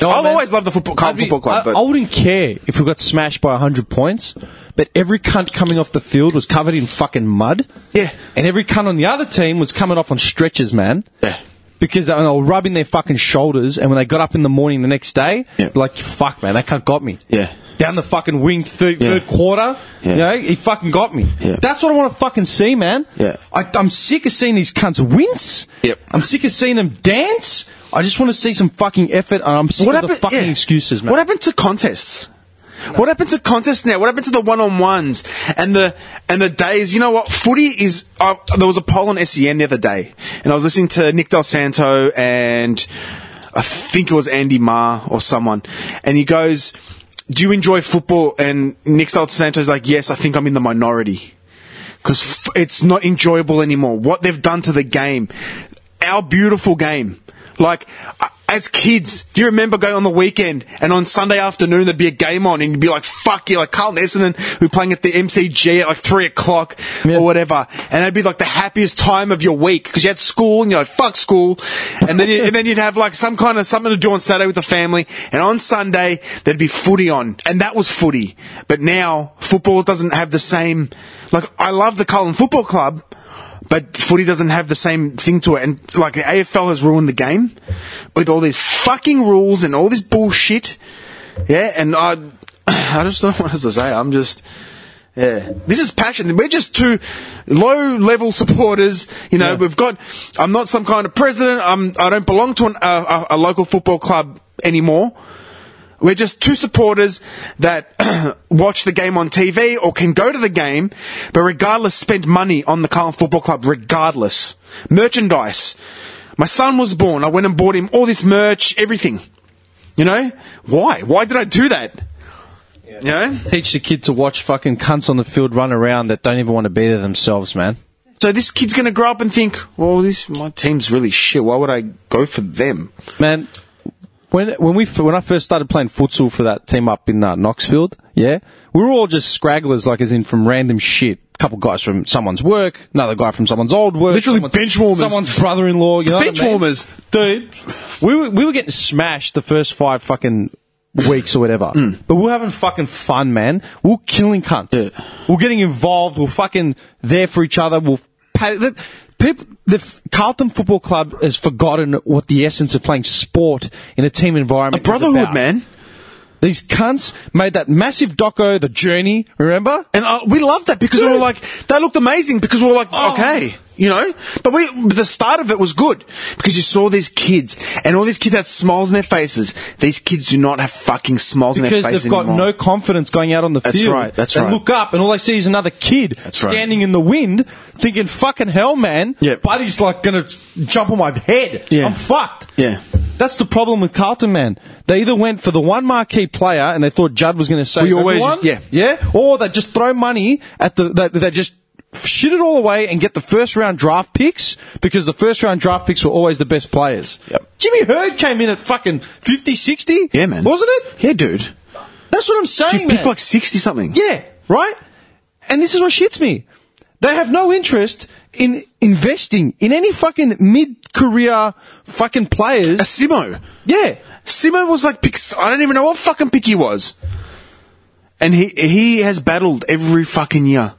Speaker 1: Oh,
Speaker 2: I'll
Speaker 1: man.
Speaker 2: always love the football, Carlton
Speaker 1: I'd be-
Speaker 2: football club,
Speaker 1: I,
Speaker 2: but
Speaker 1: I wouldn't care if we got smashed by 100 points, but every cunt coming off the field was covered in fucking mud.
Speaker 2: Yeah.
Speaker 1: And every cunt on the other team was coming off on stretchers, man.
Speaker 2: Yeah.
Speaker 1: Because they and they were rubbing their fucking shoulders, and when they got up in the morning the next day,
Speaker 2: Yeah.
Speaker 1: like, fuck, man, that cunt got me.
Speaker 2: Yeah.
Speaker 1: Down the fucking wing third,
Speaker 2: Yeah.
Speaker 1: third quarter,
Speaker 2: Yeah.
Speaker 1: you know, he fucking got me.
Speaker 2: Yeah.
Speaker 1: That's what I want to fucking see, man.
Speaker 2: Yeah.
Speaker 1: I, I'm sick of seeing these cunts wince.
Speaker 2: Yep.
Speaker 1: I'm sick of seeing them dance. I just want to see some fucking effort, and I'm sick of the fucking
Speaker 2: yeah.
Speaker 1: excuses, man.
Speaker 2: What happened to contests? What happened to contests now? What happened to the one-on-ones and the and the days? You know what? Footy is. Uh, there was a poll on SEN the other day, and I was listening to Nick Del Santo and I think it was Andy Ma or someone, and he goes, "Do you enjoy football?" And Nick Del Santo's like, "Yes, I think I'm in the minority." because f- it's not enjoyable anymore. What they've done to the game, our beautiful game. Like, uh, as kids, do you remember going on the weekend and on Sunday afternoon there'd be a game on and you'd be like, fuck you, like Carlton Essendon, we're playing at the MCG at like three o'clock or whatever. And it'd be like the happiest time of your week because you had school and you're like, fuck school. And then, you, and then you'd have like some kind of something to do on Saturday with the family. And on Sunday, there'd be footy on. And that was footy. But now football doesn't have the same, like, I love the Carlton Football Club but footy doesn't have the same thing to it. And like the AFL has ruined the game with all these fucking rules and all this bullshit. Yeah, and I, I just don't know what else to say. I'm just. Yeah, this is passion. We're just two low-level supporters. You know, we've got. I'm not some kind of president. I'm. I don't belong to an, a, a, a local football club anymore. We're just two supporters that watch the game on TV or can go to the game, but regardless, spend money on the Carlton Football Club, regardless. Merchandise. My son was born. I went and bought him all this merch, everything. You know? Why? Why did I do that? You know?
Speaker 1: Teach the kid to watch fucking cunts on the field run around that don't even want to be there themselves, man.
Speaker 2: So this kid's going to grow up and think, well, this, my team's really shit. Why would I go for them?
Speaker 1: Man, when when we f- when I first started playing futsal for that team up in uh, Knoxfield, yeah, we were all just scragglers, like as in from random shit. A couple guys from someone's work, another guy from someone's old work,
Speaker 2: Literally
Speaker 1: someone's-
Speaker 2: bench warmers.
Speaker 1: someone's brother-in-law, you know what I
Speaker 2: Bench
Speaker 1: mean?
Speaker 2: warmers.
Speaker 1: dude. We were we were getting smashed the first five fucking. Weeks or whatever,
Speaker 2: Mm.
Speaker 1: but we're having fucking fun, man. We're killing cunts. We're getting involved. We're fucking there for each other. We'll pay. The, people, the f- Carlton Football Club has forgotten what the essence of playing sport in a team environment. is
Speaker 2: Brotherhood,
Speaker 1: about.
Speaker 2: man.
Speaker 1: These cunts made that massive doco, The Journey, remember?
Speaker 2: And uh, we loved that because we were like, they looked amazing because we were like,
Speaker 1: Oh.
Speaker 2: okay, you know? But we, but the start of it was good because you saw these kids and all these kids had smiles on their faces. These kids do not have fucking smiles on their
Speaker 1: Because
Speaker 2: faces
Speaker 1: they've got
Speaker 2: anymore.
Speaker 1: no confidence going out on the
Speaker 2: That's
Speaker 1: field.
Speaker 2: right, that's
Speaker 1: they
Speaker 2: right.
Speaker 1: look up and all they see is another kid
Speaker 2: right.
Speaker 1: standing in the wind thinking, fucking hell, man,
Speaker 2: Yep.
Speaker 1: Buddy's like going to jump on my head.
Speaker 2: Yeah.
Speaker 1: I'm fucked.
Speaker 2: Yeah.
Speaker 1: That's the problem with Carlton, man. They either went for the one marquee player and they thought Judd was going to save
Speaker 2: We always
Speaker 1: everyone,
Speaker 2: just- yeah.
Speaker 1: yeah, or they just throw money at the they, they just shit it all away and get the first round draft picks because the first round draft picks were always the best players.
Speaker 2: Yep.
Speaker 1: Jimmy Hurd came in at fucking 50, 60.
Speaker 2: Yeah, man.
Speaker 1: wasn't it?
Speaker 2: Yeah, dude.
Speaker 1: That's what I'm saying,
Speaker 2: Dude,
Speaker 1: man.
Speaker 2: picked like 60 something.
Speaker 1: Yeah, right? And this is what shits me. They have no interest in investing in any fucking mid-career fucking
Speaker 2: A
Speaker 1: players.
Speaker 2: Simo.
Speaker 1: Yeah.
Speaker 2: Simo was like pick, I don't even know what fucking pick he was. And he, he has battled every fucking year.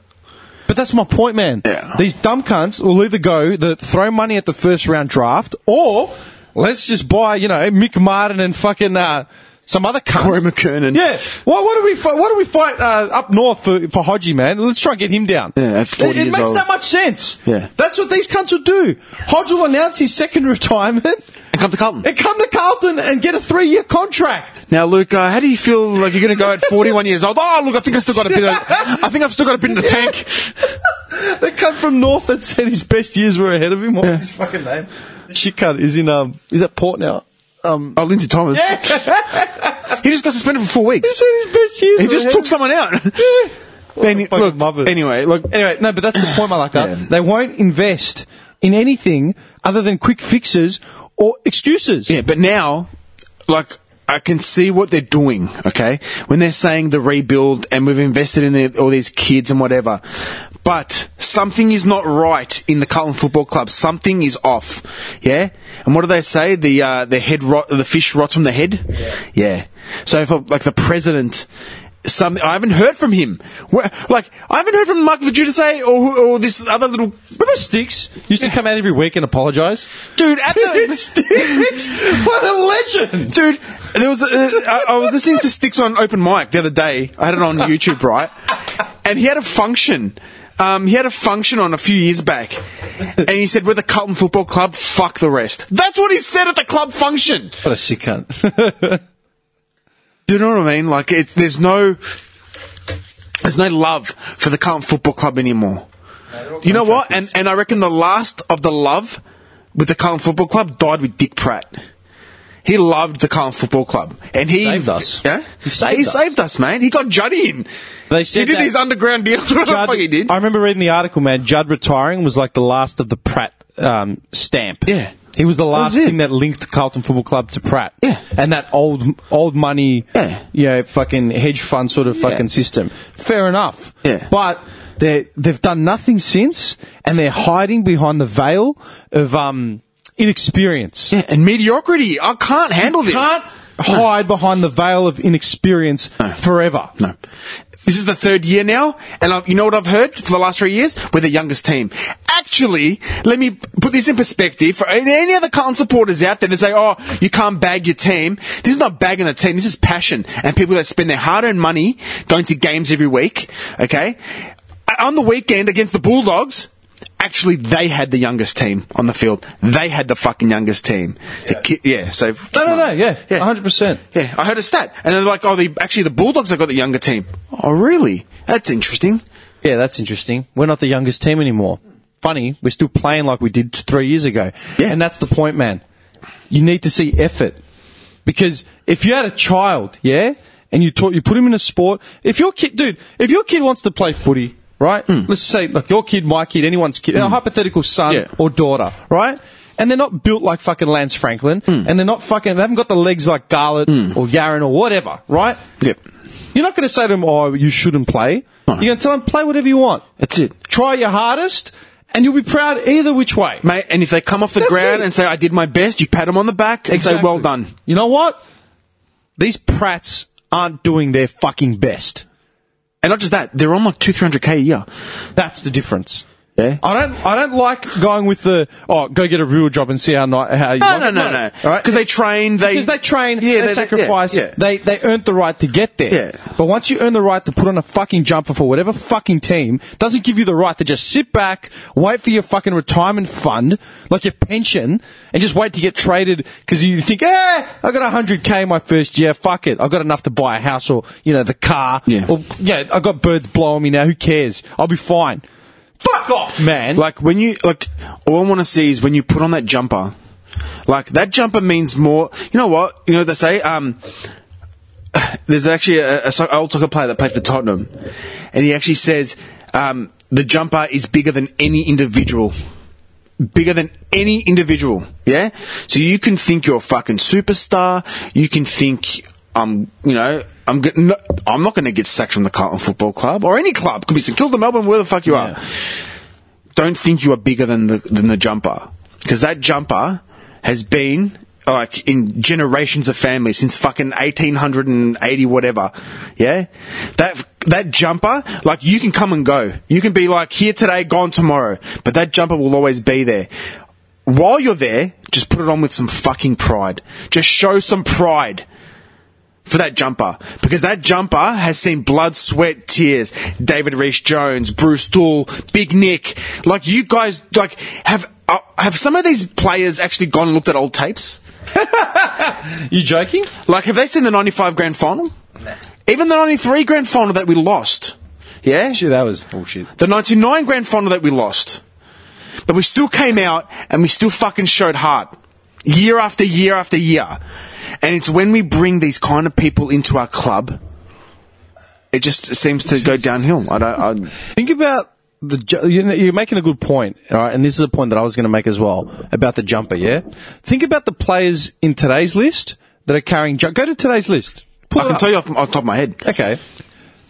Speaker 1: But that's my point, man.
Speaker 2: Yeah.
Speaker 1: These dumb cunts will either go the throw money at the first round draft, or let's just buy, you know, Mick Martin and fucking uh, some other cunt.
Speaker 2: Corey McKernan.
Speaker 1: Yeah. Why? What do we fight? What do we fight uh, up north for? For Hodgie, man. Let's try and get him down.
Speaker 2: Yeah, at 40
Speaker 1: it, it
Speaker 2: years
Speaker 1: makes
Speaker 2: old.
Speaker 1: that much sense.
Speaker 2: Yeah.
Speaker 1: That's what these cunts will do. Hodge will announce his second retirement
Speaker 2: And come to Carlton.
Speaker 1: and come to Carlton and get a three-year contract.
Speaker 2: Now, Luke, uh, how do you feel like you're going to go at 41 years old? Oh, look, I think I still got a bit. Of, I think I've still got a bit in the tank.
Speaker 1: The cunt from North that said his best years were ahead of him. What's his fucking name? Shit cunt is in um is at Port now.
Speaker 2: Oh, Lindsay Thomas.
Speaker 1: Yeah.
Speaker 2: He just got suspended for four
Speaker 1: He
Speaker 2: weeks.
Speaker 1: said his best years.
Speaker 2: He
Speaker 1: were
Speaker 2: just
Speaker 1: ahead
Speaker 2: took
Speaker 1: of-
Speaker 2: someone out. Any-
Speaker 1: fucking
Speaker 2: look,
Speaker 1: muppet.
Speaker 2: anyway, look.
Speaker 1: Anyway, no, but that's the point, Malaka.
Speaker 2: Yeah.
Speaker 1: They won't invest in anything other than quick fixes or excuses.
Speaker 2: Yeah, but now, like, I can see what they're doing, okay? When they're saying the rebuild and we've invested in the, all these kids and whatever. But something is not right in the Carlton Football Club. Something is off, yeah. And what do they say? The uh, the head rot, the fish rots from the head. Yeah. So if like the president, some I haven't heard from him. Where, like I haven't heard from Michael Giudice or who- or this other little
Speaker 1: Remember Sticks used to come out every week and apologise.
Speaker 2: dude at the
Speaker 1: Sticks, what a legend!
Speaker 2: Dude, there was a, I, I was listening to Sticks on open mic the other day. I had it on YouTube, right? And he had a function. Um, he had a function on a few years back, and he said, "We're the Carlton Football Club. Fuck the rest." That's what he said at the club function.
Speaker 1: What a sick cunt.
Speaker 2: Do you know what I mean? Like, it's, there's no, there's no love for the Carlton Football Club anymore. You know what? And and I reckon the last of the love with the Carlton Football Club died with Dick Pratt. He loved the Carlton Football Club, and he
Speaker 1: Saved us.
Speaker 2: Yeah,
Speaker 1: He saved
Speaker 2: He
Speaker 1: us.
Speaker 2: saved us, man. He got Juddy in.
Speaker 1: They said
Speaker 2: he did
Speaker 1: that-
Speaker 2: these underground deals. What the fuck he did?
Speaker 1: I remember reading the article, man. Judd retiring was like the last of the Pratt um, stamp.
Speaker 2: Yeah.
Speaker 1: He was the last
Speaker 2: was it.
Speaker 1: thing that linked Carlton Football Club to Pratt.
Speaker 2: Yeah.
Speaker 1: And that old old money,
Speaker 2: Yeah.
Speaker 1: you know, fucking hedge fund sort of fucking system. Fair enough.
Speaker 2: Yeah.
Speaker 1: But they they've done nothing since, and they're hiding behind the veil of um, inexperience.
Speaker 2: Yeah, and mediocrity. I can't handle this.
Speaker 1: Can't hide behind the veil of inexperience forever.
Speaker 2: No. This is the third year now, and I, you know what I've heard for the last three years? We're the youngest team. Actually, let me put this in perspective for any any other Carlton supporters out there that say, oh, you can't bag your team. This is not bagging the team. This is passion. And people that spend their hard-earned money going to games every week, okay? A- On the weekend against the Bulldogs, actually they had the youngest team on the field. They had the fucking youngest team. The ki- yeah so...
Speaker 1: No, no, no. Yeah, hundred percent.
Speaker 2: Yeah, I heard a stat, and they're like, "Oh, the actually the Bulldogs have got the younger team." Oh, really? That's interesting.
Speaker 1: Yeah, that's interesting. We're not the youngest team anymore. Funny, we're still playing like we did three years ago.
Speaker 2: Yeah.
Speaker 1: And that's the point, man. You need to see effort. Because if you had a child, yeah, and you taught, you put him in a sport, if your kid, dude, if your kid wants to play footy, right? Let's say, like your kid, my kid, anyone's kid, a hypothetical son
Speaker 2: Hmm. Yeah.
Speaker 1: or daughter, right? And they're not built like fucking Lance Franklin,
Speaker 2: Hmm.
Speaker 1: and they're not fucking, they haven't got the legs like Garlett or Yaron or whatever, right?
Speaker 2: Yep,
Speaker 1: You're not going to say to them, oh, you shouldn't play.
Speaker 2: No.
Speaker 1: You're going to tell them, play whatever you want.
Speaker 2: that's it,
Speaker 1: Try your hardest, and you'll be proud either which way.
Speaker 2: mate. And if they come off the
Speaker 1: That's
Speaker 2: ground
Speaker 1: it.
Speaker 2: and say, "I did my best," you pat them on the back and say, "Well done."
Speaker 1: You know what? These prats aren't doing their fucking best.
Speaker 2: And not just that, they're on like two, three hundred k a year.
Speaker 1: That's the difference.
Speaker 2: Yeah.
Speaker 1: I don't. I don't like going with the oh, go get a real job and see how night how you.
Speaker 2: No,
Speaker 1: like
Speaker 2: no,
Speaker 1: it."
Speaker 2: no, no.
Speaker 1: All right,
Speaker 2: Because they train. They
Speaker 1: because they train,
Speaker 2: Yeah,
Speaker 1: they, sacrifice,
Speaker 2: Yeah, yeah.
Speaker 1: they they earned the right to get there.
Speaker 2: Yeah.
Speaker 1: But once you earn the right to put on a fucking jumper for whatever fucking team, doesn't give you the right to just sit back, wait for your fucking retirement fund, like your pension, and just wait to get traded because you think, eh, I got hundred k my first year, fuck it, I got enough to buy a house or you know the car,
Speaker 2: Yeah.
Speaker 1: or yeah, I got birds blowing me now, who cares? I'll be fine. Fuck off, man.
Speaker 2: Like when you like, all I want to see is when you put on that jumper. Like that jumper means more. You know what? You know what they say. Um, there's actually a, a so- old soccer player that played for Tottenham, and he actually says um, the jumper is bigger than any individual. Bigger than any individual, yeah. So you can think you're a fucking superstar. You can think I'm, you know, I'm. Get, no, I'm not going to get sacked from the Carlton Football Club or any club. Could be St Kilda, Melbourne, where the fuck you are don't think you are bigger than the than the jumper because that jumper has been like in generations of families since fucking 1880 whatever yeah that that jumper like you can come and go you can be like here today gone tomorrow but that jumper will always be there while you're there just put it on with some fucking pride just show some pride for that jumper because that jumper has seen blood, sweat, tears. David Reese Jones, Bruce Dool, Big Nick, like you guys, like have uh, have some of these players actually gone and looked at old tapes?
Speaker 1: you joking?
Speaker 2: Like, have they seen the '95 grand final? Even the '93 grand final that we lost, yeah,
Speaker 1: Shit, that was bullshit.
Speaker 2: the '99 grand final that we lost, but we still came out and we still fucking showed heart. Year after year after year. And it's when we bring these kind of people into our club it just seems to go downhill. I don't. I,
Speaker 1: Think about the. ju- You know, you're making a good point, all right, and this is a point that I was going to make as well about the jumper. Yeah, think about the players in today's list that are carrying. Ju- go to today's list. Pull
Speaker 2: I
Speaker 1: it
Speaker 2: can
Speaker 1: up.
Speaker 2: tell you off, off the top of my head.
Speaker 1: Okay.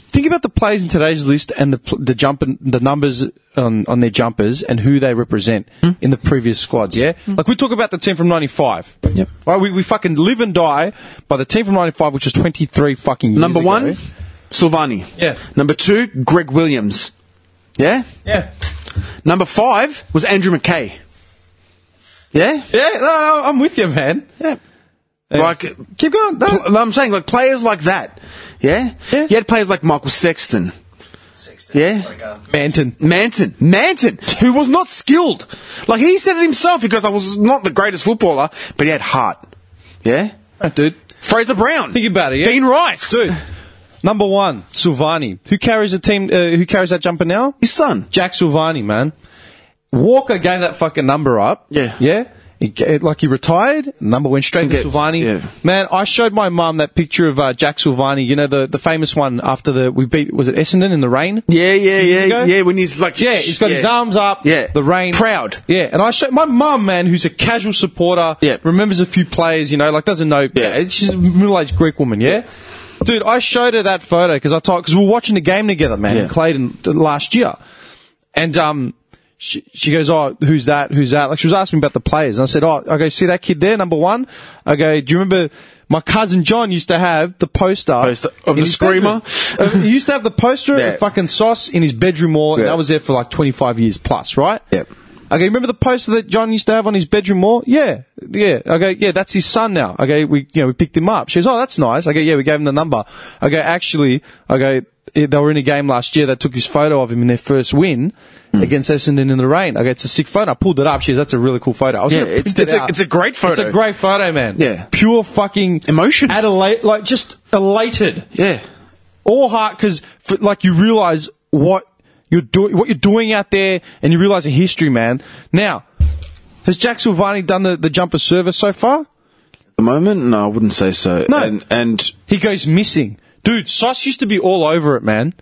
Speaker 1: Think about the players in today's list and the pl- the jump and the numbers on, on their jumpers and who they represent
Speaker 2: Hmm?
Speaker 1: in the previous squads. Yeah, like we talk about the team from '95.
Speaker 2: Yep.
Speaker 1: Right, we, we fucking live and die by the team from '95, which is 23 fucking years
Speaker 2: Number
Speaker 1: ago.
Speaker 2: one, Silvani.
Speaker 1: Yeah.
Speaker 2: Number two, Greg Williams. Yeah.
Speaker 1: Yeah.
Speaker 2: Number five was Andrew McKay. Yeah.
Speaker 1: Yeah. No, no, I'm with you, man.
Speaker 2: Yeah. Like,
Speaker 1: Keep going. No.
Speaker 2: pl- I'm saying, like players like that. Yeah.
Speaker 1: Yeah.
Speaker 2: You had players like Michael Sexton. Yeah.
Speaker 1: Manton.
Speaker 2: Manton, Manton, who was not skilled. Like he said it himself, he goes, I was not the greatest footballer, but he had heart. Yeah?
Speaker 1: Dude.
Speaker 2: Fraser Brown.
Speaker 1: Think about it, yeah?
Speaker 2: Dean Rice.
Speaker 1: Dude. Number one, Silvani. Who carries the team, uh, who carries that jumper now?
Speaker 2: His son.
Speaker 1: Jack Silvani, man. Walker gave that fucking number up.
Speaker 2: Yeah.
Speaker 1: Yeah. He, ga- it- like he retired, number went straight to
Speaker 2: Gets-
Speaker 1: Silvani.
Speaker 2: yeah.
Speaker 1: Man, I showed my mum that picture of uh, Jack Silvani. You know the the famous one after the we beat was it Essendon in the rain.
Speaker 2: Yeah, yeah,
Speaker 1: ago?
Speaker 2: yeah, yeah. When he's like,
Speaker 1: Yeah, he's got his arms up.
Speaker 2: Yeah.
Speaker 1: the rain.
Speaker 2: Proud.
Speaker 1: Yeah, and I showed my mum, man, who's a casual supporter.
Speaker 2: Yeah.
Speaker 1: remembers a few players. You know, like doesn't know. uh,
Speaker 2: Yeah.
Speaker 1: she's a middle-aged Greek woman. Yeah. Dude, I showed her that photo because I thought because we were watching the game together, man, in
Speaker 2: Yeah.
Speaker 1: Clayton uh, last year, and um, she, she goes, "Oh, who's that? Who's that?" Like she was asking me about the players, and I said, "Oh, I go see that kid there, number one." I go, "Do you remember?" My cousin John used to have the poster,
Speaker 2: Poster of
Speaker 1: in
Speaker 2: the
Speaker 1: his
Speaker 2: screamer?
Speaker 1: bedroom. Uh, he used to have the poster
Speaker 2: Yeah.
Speaker 1: of fucking Sauce in his bedroom wall, and
Speaker 2: Yeah.
Speaker 1: that was there for like 25 years plus, right?
Speaker 2: Yep.
Speaker 1: Okay, remember the poster that John used to have on his bedroom wall? Yeah, yeah. Okay, yeah, that's his son now. Okay, we you know we picked him up. She goes, oh, that's nice. Okay, yeah, we gave him the number. Okay, actually, okay, they were in a game last year. They took this photo of him in their first win
Speaker 2: Hmm.
Speaker 1: against Essendon in the rain. Okay, it's a sick photo. I pulled it up. She goes, that's a really cool photo. I was
Speaker 2: Yeah,
Speaker 1: gonna
Speaker 2: it's-
Speaker 1: print it
Speaker 2: it's a-
Speaker 1: out.
Speaker 2: it's a great
Speaker 1: It's a
Speaker 2: photo.
Speaker 1: great photo, man.
Speaker 2: Yeah.
Speaker 1: pure fucking
Speaker 2: Emotion.
Speaker 1: Adelaide, like just elated
Speaker 2: Yeah.
Speaker 1: all heart because like you realize what you're doing, what you're doing out there, and you realize the history, man. Now, has Jack Silvani done the, the jumper service so far?
Speaker 2: At the moment, no, I wouldn't say so.
Speaker 1: No.
Speaker 2: And and,
Speaker 1: He goes missing, dude. Sauce used to be all over it, man.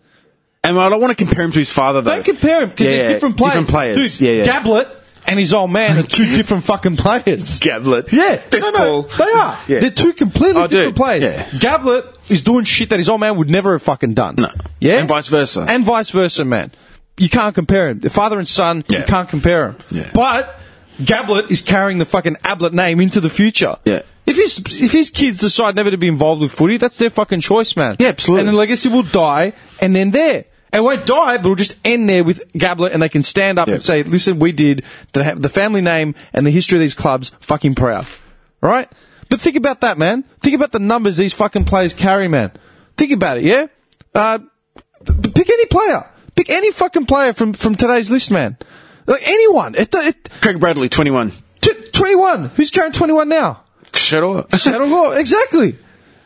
Speaker 2: and I don't want to compare him to his father though.
Speaker 1: Don't compare him because
Speaker 2: Yeah,
Speaker 1: they're
Speaker 2: yeah,
Speaker 1: different players.
Speaker 2: Different players.
Speaker 1: dude.
Speaker 2: yeah, yeah.
Speaker 1: Gablet and his old man are two different fucking players.
Speaker 2: Gablet.
Speaker 1: Yeah,
Speaker 2: This
Speaker 1: no, no,
Speaker 2: Paul.
Speaker 1: they are.
Speaker 2: Yeah.
Speaker 1: They're two completely
Speaker 2: Oh, dude,
Speaker 1: different players.
Speaker 2: yeah.
Speaker 1: Gablet is doing shit that his old man would never have fucking done.
Speaker 2: No.
Speaker 1: yeah,
Speaker 2: And vice versa.
Speaker 1: and vice versa, man. You can't compare him. The father and son,
Speaker 2: Yeah.
Speaker 1: you can't compare him.
Speaker 2: Yeah.
Speaker 1: But Gablet is carrying the fucking Ablet name into the future.
Speaker 2: Yeah.
Speaker 1: If his if his kids decide never to be involved with footy, that's their fucking choice, man.
Speaker 2: Yeah, absolutely.
Speaker 1: And the legacy will die, and then there. It won't die, but it'll just end there with Gablet, and they can stand up
Speaker 2: Yeah.
Speaker 1: and say, "Listen, we did the, the family name and the history of these clubs. Fucking proud, right?" But think about that, man. Think about the numbers these fucking players carry, man. Think about it, yeah. Uh, pick any player. Pick any fucking player from, from today's list, man. Like anyone. It, it,
Speaker 2: Craig Bradley, twenty-one.
Speaker 1: t- 21. Who's carrying 21 now?
Speaker 2: Shut up.
Speaker 1: Saddle Law. Exactly.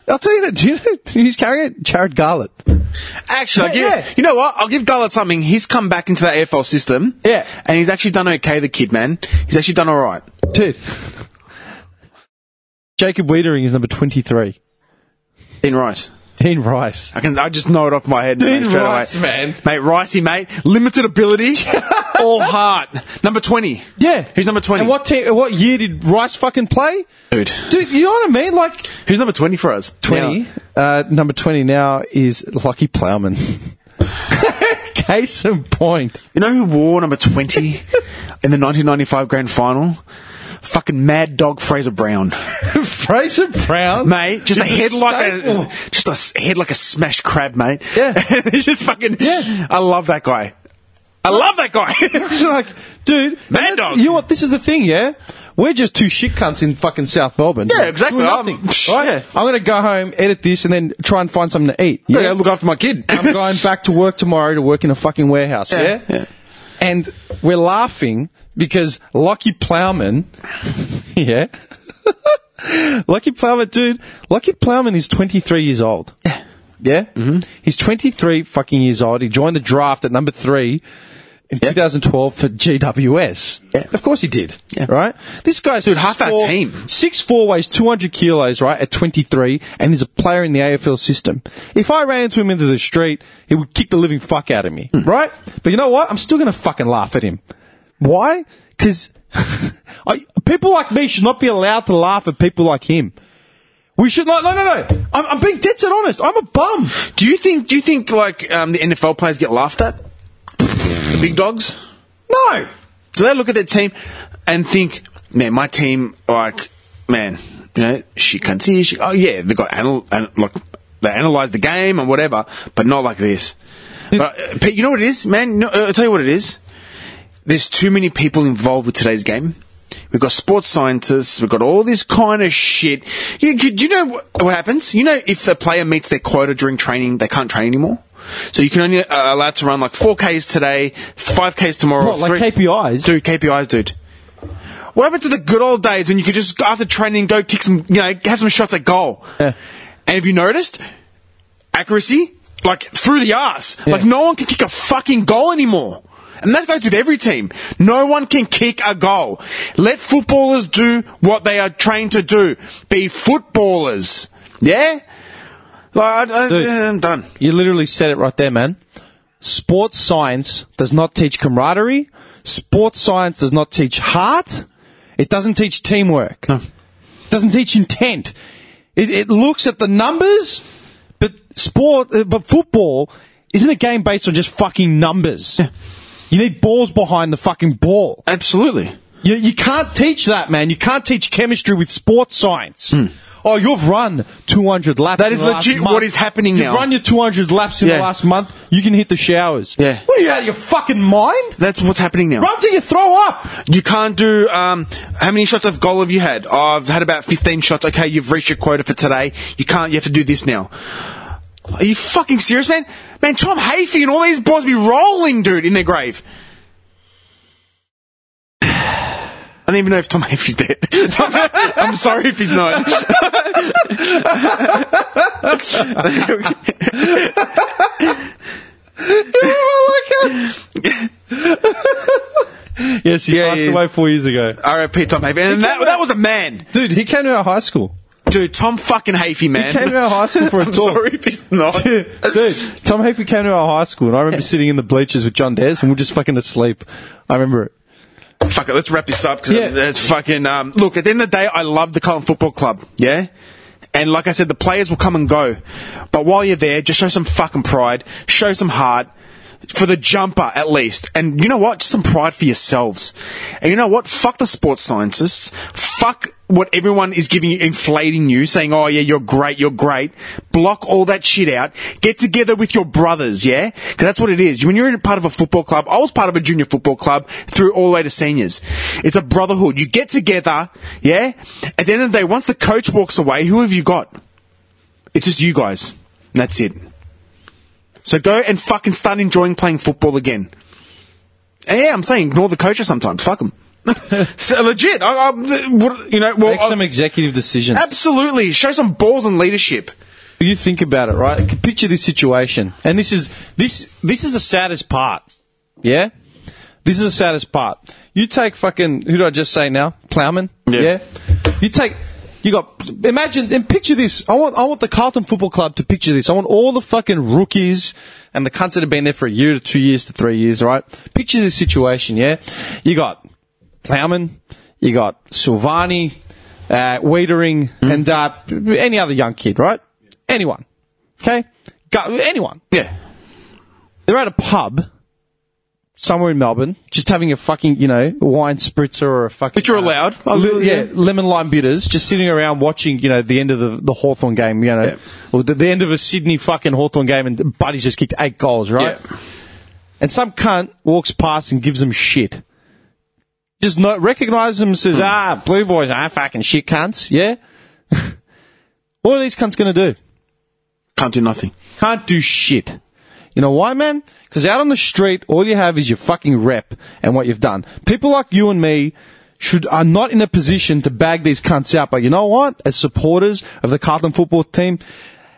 Speaker 1: I'll tell you that. Do you know who's carrying it? Jared Garlett.
Speaker 2: Actually, I give,
Speaker 1: Yeah, yeah.
Speaker 2: you know what? I'll give Gullet something. He's come back into that AFL system.
Speaker 1: Yeah.
Speaker 2: And he's actually done okay, the kid, man. He's actually done all right.
Speaker 1: Dude. Jacob Wiedering is number 23.
Speaker 2: Dean Rice.
Speaker 1: Dean Rice.
Speaker 2: I can. I just know it off my head.
Speaker 1: Dean
Speaker 2: mate, straight
Speaker 1: Rice,
Speaker 2: away.
Speaker 1: man.
Speaker 2: Mate, Ricey, mate. Limited ability, all heart. Number 20.
Speaker 1: Yeah.
Speaker 2: Who's number 20?
Speaker 1: And what team, what year did Rice fucking play?
Speaker 2: Dude.
Speaker 1: Dude, you know what I mean? Like,
Speaker 2: Who's number 20 for us?
Speaker 1: 20. Uh, number 20 now is Lucky Plowman. Case in point.
Speaker 2: You know who wore number 20 in the 1995 grand final? Fucking mad dog Fraser Brown.
Speaker 1: Fraser Brown.
Speaker 2: Mate, just, a head like
Speaker 1: staple.
Speaker 2: a, just a s- head like a smashed crab, mate.
Speaker 1: Yeah.
Speaker 2: It's just fucking,
Speaker 1: Yeah.
Speaker 2: I love that guy. I love that guy.
Speaker 1: It's like, dude,
Speaker 2: Mad
Speaker 1: and that-
Speaker 2: dog.
Speaker 1: You know what? This is the thing, yeah. We're just two shit cunts in fucking South Melbourne.
Speaker 2: Yeah,
Speaker 1: Doing
Speaker 2: exactly.
Speaker 1: Nothing.
Speaker 2: I'm- psh,
Speaker 1: right?
Speaker 2: yeah.
Speaker 1: I'm gonna go home, edit this, and then try and find something to eat.
Speaker 2: Yeah, Um, look after my kid.
Speaker 1: I'm going back to work tomorrow to work in a fucking warehouse.
Speaker 2: Yeah,
Speaker 1: Yeah.
Speaker 2: yeah.
Speaker 1: And we're laughing because Lucky Plowman, yeah. Lucky Plowman, dude. Lucky Plowman is 23 years old. Yeah. Yeah? Mm-hmm. He's 23 fucking years old. He joined the draft at number three in 2012 for GWS.
Speaker 2: Yeah.
Speaker 1: Of course he did.
Speaker 2: Yeah.
Speaker 1: Right? This guy's
Speaker 2: Dude, half our team.
Speaker 1: Six four weighs 200 kilos, right, at 23, and he's a player in the AFL system. If I ran into him into the street, he would kick the living fuck out of me,
Speaker 2: Hmm.
Speaker 1: right? But you know what? I'm still going to fucking laugh at him. Why? Because people like me should not be allowed to laugh at people like him. We should not. No, no, no. I'm, I'm being dead set honest. I'm a bum.
Speaker 2: do you think, do you think like, um, the NFL players get laughed at? the big dogs?
Speaker 1: No.
Speaker 2: Do they look at their team and think, man, my team, like, man, you know, she can see, she, oh yeah, they got anal, an, like, they analyze the game and whatever, but not like this. But, uh, Pete, you know what it is, man? No, uh, I'll tell you what it is. There's too many people involved with today's game. We've got sports scientists. We've got all this kind of shit. You, you, you know what, what happens? You know, if the player meets their quota during training, they can't train anymore. So you can only uh, allowed to run like four Ks today, five Ks tomorrow.
Speaker 1: What, like
Speaker 2: three-
Speaker 1: KPIs?
Speaker 2: Dude, KPIs, dude. What happened to the good old days when you could just, after training, go kick some, you know, have some shots at goal?
Speaker 1: Yeah.
Speaker 2: And have you noticed? Accuracy, like, through the ass. Like, no one can kick a fucking goal anymore. And that goes with every team. No one can kick a goal. Let footballers do what they are trained to do. Be footballers. Yeah? Like, I,
Speaker 1: Dude.
Speaker 2: I, I'm done.
Speaker 1: You literally said it right there, man. Sports science does not teach camaraderie. Sports science does not teach heart. It doesn't teach teamwork. It doesn't teach intent. It, it looks at the numbers, but sport, uh, but football isn't a game based on just fucking numbers. You need balls behind the fucking ball.
Speaker 2: Absolutely.
Speaker 1: You, you can't teach that, man. You can't teach chemistry with sports science. Oh, you've run 200 laps.
Speaker 2: That
Speaker 1: in
Speaker 2: is
Speaker 1: the last
Speaker 2: legit
Speaker 1: month.
Speaker 2: what is happening
Speaker 1: You've
Speaker 2: now.
Speaker 1: run your 200 laps in the
Speaker 2: Yeah.
Speaker 1: last month. You can hit the showers.
Speaker 2: Yeah.
Speaker 1: What are you out of your fucking mind?
Speaker 2: That's what's happening now.
Speaker 1: Run till you throw up.
Speaker 2: You can't do, um, how many shots of goal have you had? Oh, I've had about 15 shots. Okay, you've reached your quota for today. You can't, you have to do this now. Are you fucking serious, man? Man, Tom Hafey and all these boys be rolling, dude, in their grave. I don't even know if Tom Hafey's dead. I'm sorry if he's not.
Speaker 1: Yes, he
Speaker 2: Yeah,
Speaker 1: passed
Speaker 2: he is.
Speaker 1: away four years ago.
Speaker 2: R.I.P. Tom Hafey. And that, that was a man.
Speaker 1: Dude, he came to our high school.
Speaker 2: Dude, Tom fucking Hafey, man.
Speaker 1: Came to our high school for a
Speaker 2: I'm
Speaker 1: tour.
Speaker 2: sorry if he's not.
Speaker 1: Dude, Tom Hafey came to our high school, and I remember sitting in the bleachers with John Des, and we are just fucking asleep. I remember it.
Speaker 2: Fuck it, let's wrap this up because
Speaker 1: Yeah.
Speaker 2: it's fucking. Um, look, at the end of the day, I love the Cullen Football Club, yeah? And like I said, the players will come and go. But while you're there, just show some fucking pride, show some heart, for the jumper at least. And you know what? Just some pride for yourselves. And you know what? Fuck the sports scientists. Fuck what everyone is giving you, inflating you, saying, oh yeah, you're great, you're great. Block all that shit out. Get together with your brothers, yeah? Because that's what it is. When you're in a part of a football club, I was part of a junior football club through all the way to seniors. It's a brotherhood. You get together, yeah? At the end of the day, once the coach walks away, who have you got? It's just you guys. And that's it. So go and fucking start enjoying playing football again. And yeah, I'm saying ignore the coaches sometimes. Fuck them. so legit. I, I, what, you know, well,
Speaker 1: Make some
Speaker 2: I-
Speaker 1: executive decisions.
Speaker 2: absolutely. Show some balls and leadership.
Speaker 1: you think about it, right? Picture this situation, and this is this this is the saddest part. Yeah, this is the saddest part. You take fucking who did I just say now? Plowman.
Speaker 2: Yeah.
Speaker 1: You take. You got imagine and picture this. I want I want the Carlton Football Club to picture this. I want all the fucking rookies and the cunts that have been there for a year to two years to three years, right? Picture this situation, yeah? You got Plowman, you got Silvani, uh, Wiedering, and uh, any other young kid, right? Anyone. Okay? Go, anyone.
Speaker 2: Yeah.
Speaker 1: They're at a pub somewhere in Melbourne, just having a fucking, you know, wine spritzer or a fucking.
Speaker 2: But you're allowed.
Speaker 1: Uh, li- yeah,
Speaker 2: Yeah.
Speaker 1: lemon lime bitters, just sitting around watching, you know, the end of the, the Hawthorn game, you know, or the, the end of a Sydney fucking Hawthorn game, and Buddy's just kicked eight goals, right?
Speaker 2: Yeah.
Speaker 1: And some cunt walks past and gives them shit. Just not recognizes them and
Speaker 2: Hmm.
Speaker 1: says, ah, blue boys are fucking shit cunts, yeah? what are these cunts going to do?
Speaker 2: Can't do nothing.
Speaker 1: Can't do shit. You know why, man? Because out on the street, all you have is your fucking rep and what you've done. People like you and me should are not in a position to bag these cunts out. But you know what? As supporters of the Carlton football team,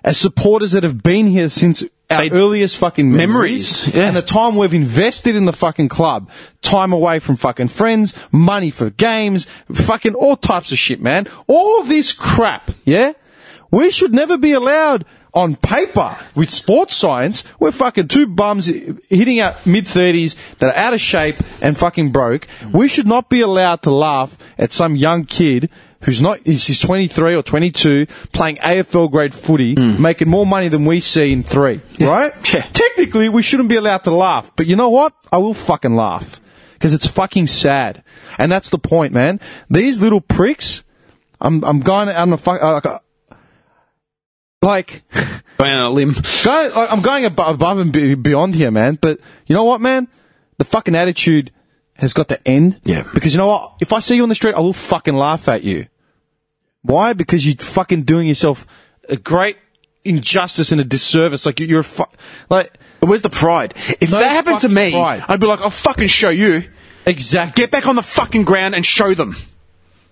Speaker 1: as supporters that have been here since our earliest fucking memories,
Speaker 2: Memories, yeah.
Speaker 1: and the time we've invested in the fucking club, time away from fucking friends, money for games, fucking all types of shit, man. All this crap, yeah? We should never be allowed on paper with sports science. We're fucking two bums hitting our mid 30s that are out of shape and fucking broke. We should not be allowed to laugh at some young kid who's not, he's he's 23 or 22 playing AFL grade footy, making more money than we see in three, right?
Speaker 2: Hmm. Yeah.
Speaker 1: Technically, we shouldn't be allowed to laugh, but you know what? I will fucking laugh. Because it's fucking sad. And that's the point, man. These little pricks, I'm, I'm going on the fuck, uh, like, uh, like,
Speaker 2: Going on a limb.
Speaker 1: go- like, I'm going above, above and be- beyond here, man. But you know what, man? The fucking attitude has got to end.
Speaker 2: Yeah.
Speaker 1: Because you know what? If I see you on the street, I will fucking laugh at you. Why? Because you're fucking doing yourself a great injustice and a disservice. Like you- you're a fu- like
Speaker 2: But where's the pride? If
Speaker 1: No
Speaker 2: that happened to
Speaker 1: fucking
Speaker 2: me,
Speaker 1: pride.
Speaker 2: I'd be like, I'll fucking show you.
Speaker 1: exactly.
Speaker 2: Get back on the fucking ground and show them.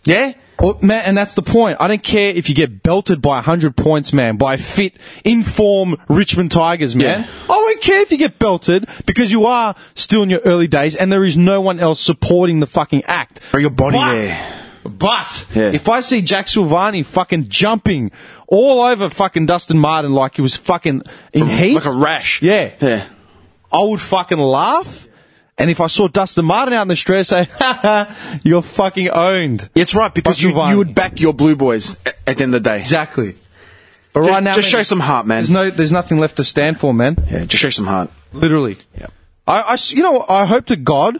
Speaker 2: Yeah?
Speaker 1: Well, Oh, man, and that's the point. I don't care if you get belted by 100 points, man, by fit, inform Richmond Tigers, man.
Speaker 2: Yeah.
Speaker 1: I don't care if you get belted because you are still in your early days and there is no one else supporting the fucking act.
Speaker 2: Bring your body
Speaker 1: But-
Speaker 2: there.
Speaker 1: But
Speaker 2: Yeah.
Speaker 1: if I see Jack Silvani fucking jumping all over fucking Dustin Martin like he was fucking in heat,
Speaker 2: Like a rash.
Speaker 1: yeah,
Speaker 2: Yeah.
Speaker 1: I would fucking laugh. And if I saw Dustin Martin out in the street, I'd say, "Ha ha, you're fucking owned."
Speaker 2: It's right because
Speaker 1: But
Speaker 2: you,
Speaker 1: Giovanni.
Speaker 2: you would back your blue boys a- at the end of the day.
Speaker 1: Exactly. But
Speaker 2: Just,
Speaker 1: right now,
Speaker 2: just
Speaker 1: man,
Speaker 2: show some heart, man.
Speaker 1: There's no, there's nothing left to stand for, man.
Speaker 2: yeah, just show some heart.
Speaker 1: Literally.
Speaker 2: Yeah.
Speaker 1: I, I s- you know, I hope to God,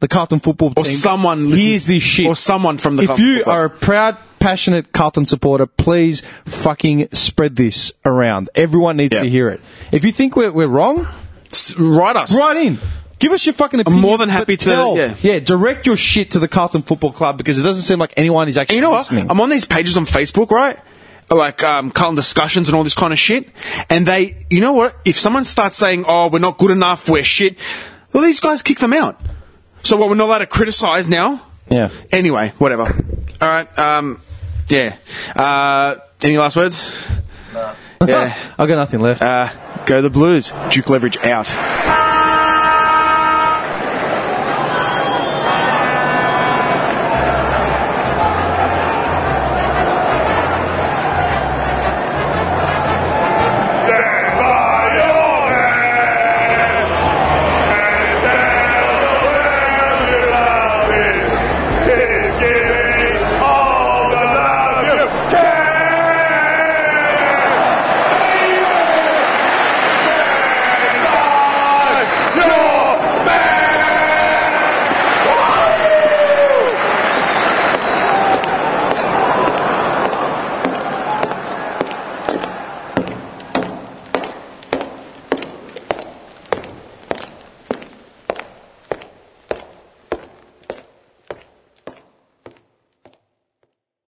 Speaker 1: the Carlton football
Speaker 2: Or
Speaker 1: team
Speaker 2: someone
Speaker 1: hears
Speaker 2: listen-
Speaker 1: this shit.
Speaker 2: Or someone from the
Speaker 1: If
Speaker 2: Carlton
Speaker 1: you
Speaker 2: Football
Speaker 1: are a
Speaker 2: Club.
Speaker 1: proud, passionate Carlton supporter, please fucking spread this around. Everyone needs
Speaker 2: Yeah.
Speaker 1: to hear it. If you think we're, we're wrong,
Speaker 2: S- write us.
Speaker 1: Right in. Give us your fucking opinion.
Speaker 2: more than happy
Speaker 1: but
Speaker 2: to-
Speaker 1: tell-
Speaker 2: yeah.
Speaker 1: direct your shit to the Carlton Football Club because it doesn't seem like anyone is actually
Speaker 2: And you know what?
Speaker 1: listening.
Speaker 2: I'm on these pages on Facebook, right? Like um, Carlton discussions and all this kind of shit. And they, you know what? If someone starts saying, "Oh, we're not good enough, we're shit," well, these guys kick them out. So what? We're not allowed to criticize now.
Speaker 1: Yeah.
Speaker 2: Anyway, whatever. All right. Um. Yeah. Uh. Any last words? Yeah.
Speaker 1: I got nothing left.
Speaker 2: Uh, go the Blues. Duke Leverage out.